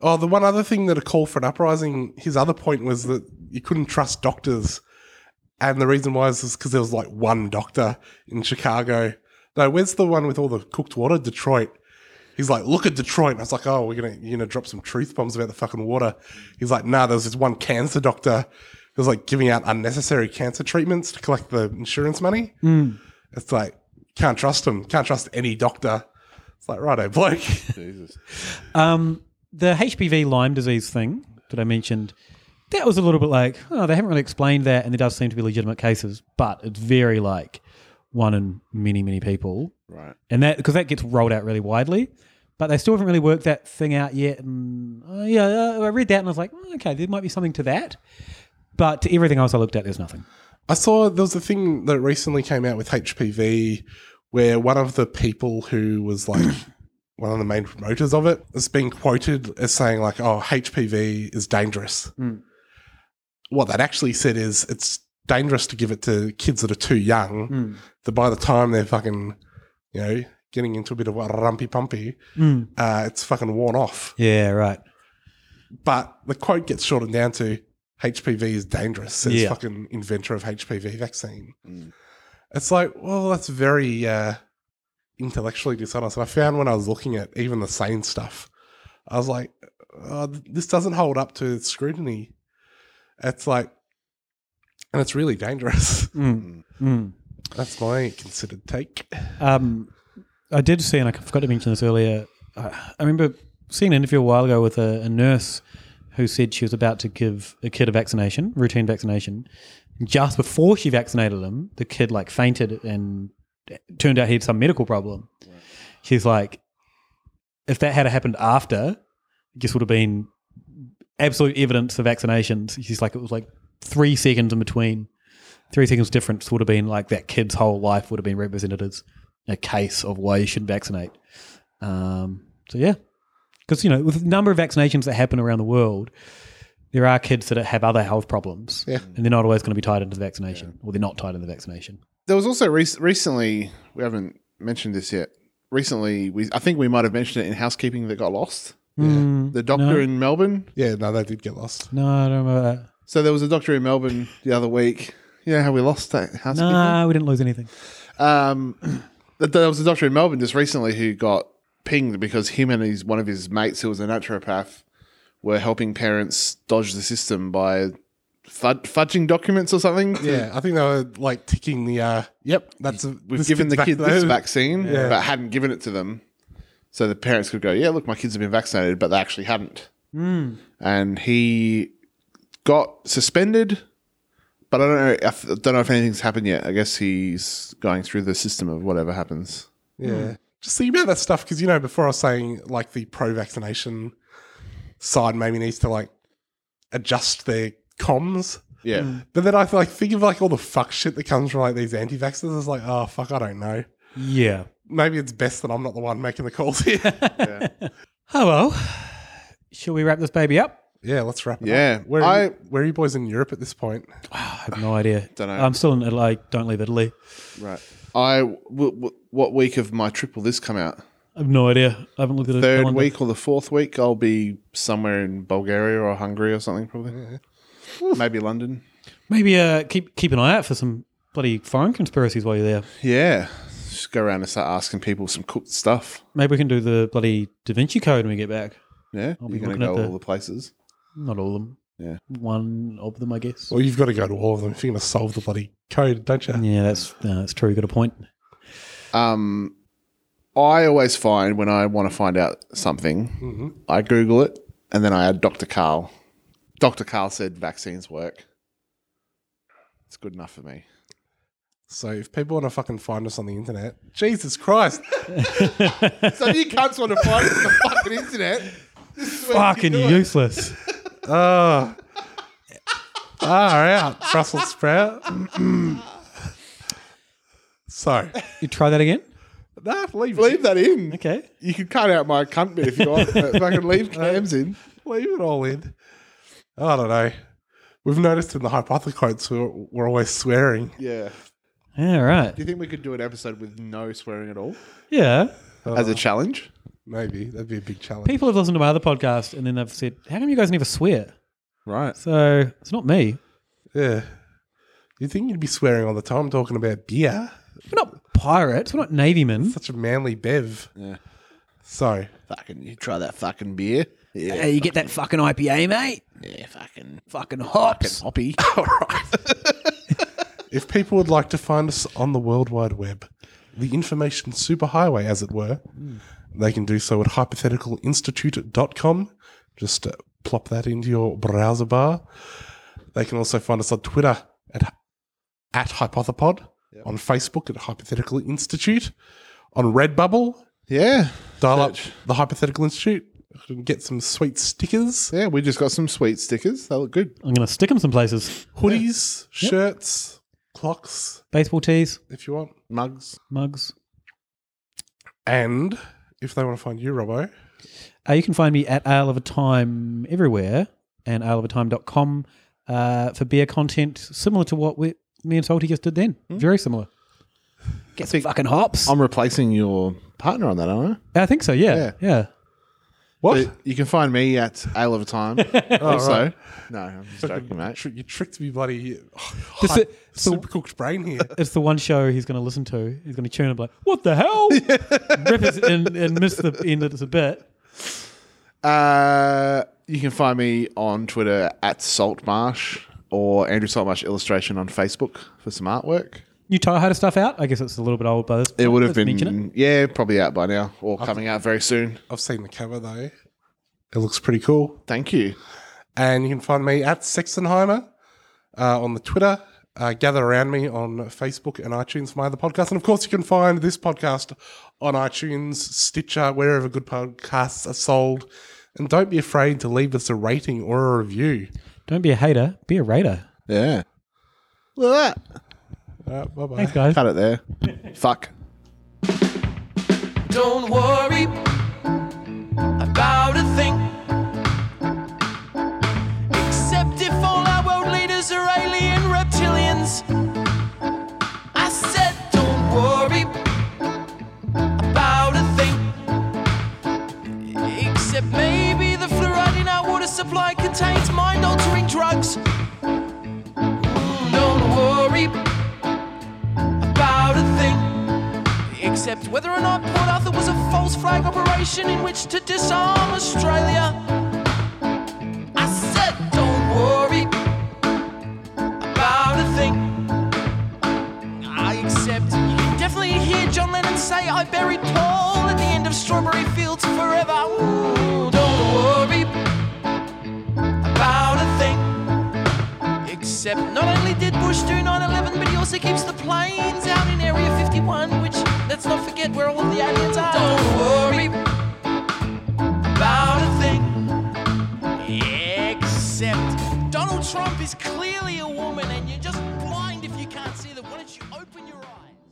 [SPEAKER 6] Oh, the one other thing that a call for an uprising, his other point was that you couldn't trust doctors. And the reason why is because there was like one doctor in Chicago. No, where's the one with all the cooked water? Detroit. He's like, look at Detroit. And I was like, oh, we're gonna you're gonna drop some truth bombs about the fucking water. He's like, nah, there was this one cancer doctor who was like giving out unnecessary cancer treatments to collect the insurance money.
[SPEAKER 5] Mm.
[SPEAKER 6] It's like, can't trust him. Can't trust any doctor. It's like, righto, bloke.
[SPEAKER 7] Jesus.
[SPEAKER 5] Um, the HPV Lyme disease thing that I mentioned, that was a little bit like, oh, they haven't really explained that, and there does seem to be legitimate cases, but it's very like one in many, many people.
[SPEAKER 7] Right.
[SPEAKER 5] And that, because that gets rolled out really widely, but they still haven't really worked that thing out yet. And uh, yeah, uh, I read that and I was like, "Mm, okay, there might be something to that. But to everything else I looked at, there's nothing.
[SPEAKER 6] I saw there was a thing that recently came out with HPV where one of the people who was like one of the main promoters of it is being quoted as saying like, "Oh, HPV is dangerous."
[SPEAKER 5] Mm.
[SPEAKER 6] What that actually said is it's dangerous to give it to kids that are too young.
[SPEAKER 5] Mm.
[SPEAKER 6] That by the time they're fucking, you know, getting into a bit of a rumpy pumpy,
[SPEAKER 5] Mm.
[SPEAKER 6] uh, it's fucking worn off.
[SPEAKER 5] Yeah, right.
[SPEAKER 6] But the quote gets shortened down to HPV is dangerous, says
[SPEAKER 5] Yeah.
[SPEAKER 6] fucking inventor of HPV vaccine. It's like, well, that's very uh, intellectually dishonest. And I found when I was looking at even the sane stuff, I was like, oh, th- this doesn't hold up to scrutiny. It's like, and it's really dangerous.
[SPEAKER 5] Mm. Mm.
[SPEAKER 6] That's my considered take.
[SPEAKER 5] Um, I did see, and I forgot to mention this earlier. uh, I, I remember seeing an interview a while ago with a, a nurse who said she was about to give a kid a vaccination, routine vaccination. Just before she vaccinated him, the kid like fainted, and it turned out he had some medical problem. She's like, if that had happened after, it just would have been absolute evidence for vaccinations. She's like, it was like three seconds in between. Three seconds difference would have been like that kid's whole life would have been represented as a case of why you should vaccinate. Um, so yeah, because you know with the number of vaccinations that happen around the world, there are kids that have other health problems,
[SPEAKER 7] Yeah.
[SPEAKER 5] and they're not always going to be tied into the vaccination, or they're not tied into the vaccination.
[SPEAKER 7] There was also rec recently, we haven't mentioned this yet. Recently, we I think we might have mentioned it in housekeeping that got lost.
[SPEAKER 5] Mm,
[SPEAKER 7] the doctor
[SPEAKER 5] no.
[SPEAKER 7] in Melbourne.
[SPEAKER 6] Yeah, no, they did get lost.
[SPEAKER 5] No, I don't remember that.
[SPEAKER 7] So there was a doctor in Melbourne the other week. You know how we lost that housekeeping?
[SPEAKER 5] No, we didn't lose anything.
[SPEAKER 7] Um, th- there was a doctor in Melbourne just recently who got pinged because him and his one of his mates, who was a naturopath, were helping parents dodge the system by fud- fudging documents or something. to-
[SPEAKER 6] Yeah, I think they were like ticking the, uh, yep, that's a,
[SPEAKER 7] we've
[SPEAKER 6] this
[SPEAKER 7] given
[SPEAKER 6] kid's
[SPEAKER 7] the
[SPEAKER 6] vac-
[SPEAKER 7] kid this vaccine,
[SPEAKER 6] Yeah.
[SPEAKER 7] but hadn't given it to them. So the parents could go, yeah, look, my kids have been vaccinated, but they actually hadn't.
[SPEAKER 6] Hmm.
[SPEAKER 5] Mm.
[SPEAKER 7] And he got suspended, but I don't know. I f- don't know if anything's happened yet. I guess he's going through the system of whatever happens.
[SPEAKER 6] Yeah. Just think about that stuff because, you know, before I was saying like the pro vaccination side maybe needs to like adjust their comms.
[SPEAKER 7] Yeah.
[SPEAKER 6] But then I like think of like all the fuck shit that comes from like these anti vaxxers. It's like, oh, fuck, I don't know.
[SPEAKER 5] Yeah.
[SPEAKER 6] Maybe it's best that I'm not the one making the calls here. yeah.
[SPEAKER 5] Oh well, shall we wrap this baby up?
[SPEAKER 6] let's wrap it
[SPEAKER 7] Yeah,
[SPEAKER 6] up. Where are,
[SPEAKER 7] I-
[SPEAKER 6] you, where are you boys in Europe at this point?
[SPEAKER 5] I have no idea.
[SPEAKER 7] Dunno.
[SPEAKER 5] I'm still in Italy. I don't leave Italy.
[SPEAKER 7] Right. I w- w- what week of my trip will this come out?
[SPEAKER 5] I have no idea. I haven't looked at it.
[SPEAKER 7] Third week or the fourth week? I'll be somewhere in Bulgaria or Hungary or something probably. Maybe London.
[SPEAKER 5] Maybe uh, keep keep an eye out for some bloody foreign conspiracies while you're there.
[SPEAKER 7] Yeah. Just go around and start asking people some cooked stuff.
[SPEAKER 5] Maybe we can do the bloody Da Vinci Code when we get back.
[SPEAKER 7] Yeah, you're
[SPEAKER 5] I'll be
[SPEAKER 7] going to
[SPEAKER 5] looking
[SPEAKER 7] go
[SPEAKER 5] at the,
[SPEAKER 7] all the places.
[SPEAKER 5] not all of them.
[SPEAKER 7] Yeah,
[SPEAKER 5] one of them, I guess.
[SPEAKER 6] Well, you've got to go to all of them if you're going to solve the bloody code, don't you?
[SPEAKER 5] Yeah, that's no, that's true. You got a point.
[SPEAKER 7] Um, I always find when I want to find out something, I Google it and then I add Dr. Carl. Dr. Carl said vaccines work. It's good enough for me.
[SPEAKER 6] So if people want to fucking find us on the internet, Jesus Christ.
[SPEAKER 7] so you cunts want to find us on the fucking internet.
[SPEAKER 5] Fucking useless.
[SPEAKER 6] Oh. Far Ah, out, Brussels sprout. so.
[SPEAKER 5] You try that again?
[SPEAKER 6] Nah, leave,
[SPEAKER 7] leave that in.
[SPEAKER 5] Okay.
[SPEAKER 7] You can cut out my cunt bit if you want. but fucking leave Cam's in.
[SPEAKER 6] Leave it all in. I don't know. We've noticed in the hypothecodes we're, we're always swearing.
[SPEAKER 7] Yeah.
[SPEAKER 5] Yeah, right.
[SPEAKER 7] Do you think we could do an episode with no swearing at all?
[SPEAKER 5] Yeah.
[SPEAKER 7] As a challenge?
[SPEAKER 6] Maybe. That'd be a big challenge.
[SPEAKER 5] People have listened to my other podcast and then they've said, "How come you guys never swear?"
[SPEAKER 7] Right.
[SPEAKER 5] So it's not me.
[SPEAKER 6] Yeah. You think you'd be swearing all the time talking about beer?
[SPEAKER 5] We're not pirates. We're not navymen.
[SPEAKER 6] Such a manly bev.
[SPEAKER 7] Yeah.
[SPEAKER 6] So
[SPEAKER 7] fucking you try that fucking beer. Yeah.
[SPEAKER 9] Hey, you get that fucking IPA, mate?
[SPEAKER 7] Yeah, fucking
[SPEAKER 9] fucking hops.
[SPEAKER 7] hoppy.
[SPEAKER 9] All right.
[SPEAKER 6] if people would like to find us on the World Wide Web, the information superhighway, as it were, they can do so at hypotheticalinstitute.com. Just uh, plop that into your browser bar. They can also find us on Twitter at, at Hypothepod, on Facebook at Hypothetical Institute, on Redbubble.
[SPEAKER 7] Yeah.
[SPEAKER 6] Dial up the Hypothetical Institute. Get some sweet stickers.
[SPEAKER 7] Yeah, we just got some sweet stickers. They look good.
[SPEAKER 5] I'm going to stick them some places.
[SPEAKER 6] Hoodies, shirts, clocks,
[SPEAKER 5] baseball tees,
[SPEAKER 6] if you want, mugs.
[SPEAKER 5] mugs.
[SPEAKER 6] And if they want to find you, Robbo,
[SPEAKER 5] Uh, you can find me at Isle of a Time everywhere and isleofatime.com uh, for beer content similar to what we, me and Salty just did then. Very similar.
[SPEAKER 9] Get some fucking hops.
[SPEAKER 7] I'm replacing your partner on that, aren't
[SPEAKER 5] I think so, yeah. Yeah.
[SPEAKER 7] What? you can find me at Ale of a Time. also,
[SPEAKER 6] right.
[SPEAKER 7] no, I'm just joking, mate.
[SPEAKER 6] Tr- you tricked me, bloody
[SPEAKER 5] This
[SPEAKER 6] hi-
[SPEAKER 5] is- so-
[SPEAKER 6] super cooked brain here.
[SPEAKER 5] It's the one show he's going to listen to. He's going to tune up like, what the hell? Rip his, and, and miss the end of it a bit.
[SPEAKER 7] Uh, you can find me on Twitter at Saltmarsh or Andrew Saltmarsh Illustration on Facebook for some artwork.
[SPEAKER 5] New Tahoe stuff out. I guess it's a little bit old by this.
[SPEAKER 7] It
[SPEAKER 5] point.
[SPEAKER 7] would have
[SPEAKER 5] Let's mention Oh, it.
[SPEAKER 7] been, yeah, probably out by now or coming out very soon.
[SPEAKER 6] I've seen the cover though. It looks pretty cool.
[SPEAKER 7] Thank you.
[SPEAKER 6] And you can find me at Sexenheimer uh, on the Twitter. Uh, gather around me on Facebook and iTunes for my other podcast. And of course, you can find this podcast on iTunes, Stitcher, wherever good podcasts are sold. And don't be afraid to leave us a rating or a review.
[SPEAKER 5] Don't be a hater. Be a raider.
[SPEAKER 7] Yeah. Look at that.
[SPEAKER 6] Uh, bye bye.
[SPEAKER 5] Thanks, guys.
[SPEAKER 7] Cut it there. Fuck.
[SPEAKER 10] Don't worry about a thing. Except if all our world leaders are alien reptilians. I said, don't worry about a thing. Except maybe the fluoride in our water supply contains mind altering drugs. Mm, Don't worry about a thing. Except whether or not Port Arthur was a false flag operation in which to disarm Australia. I said, don't worry about a thing. I accept. You can definitely hear John Lennon say, I buried Paul at the end of Strawberry Fields forever. Ooh, don't worry about a thing. Except not only did Bush do 9-11, but he also keeps the planes out in Area 51, which let's not forget where all the aliens are. Don't worry about a thing. Except Donald Trump is clearly a woman and you're just blind if you can't see them. Why don't you open your eyes?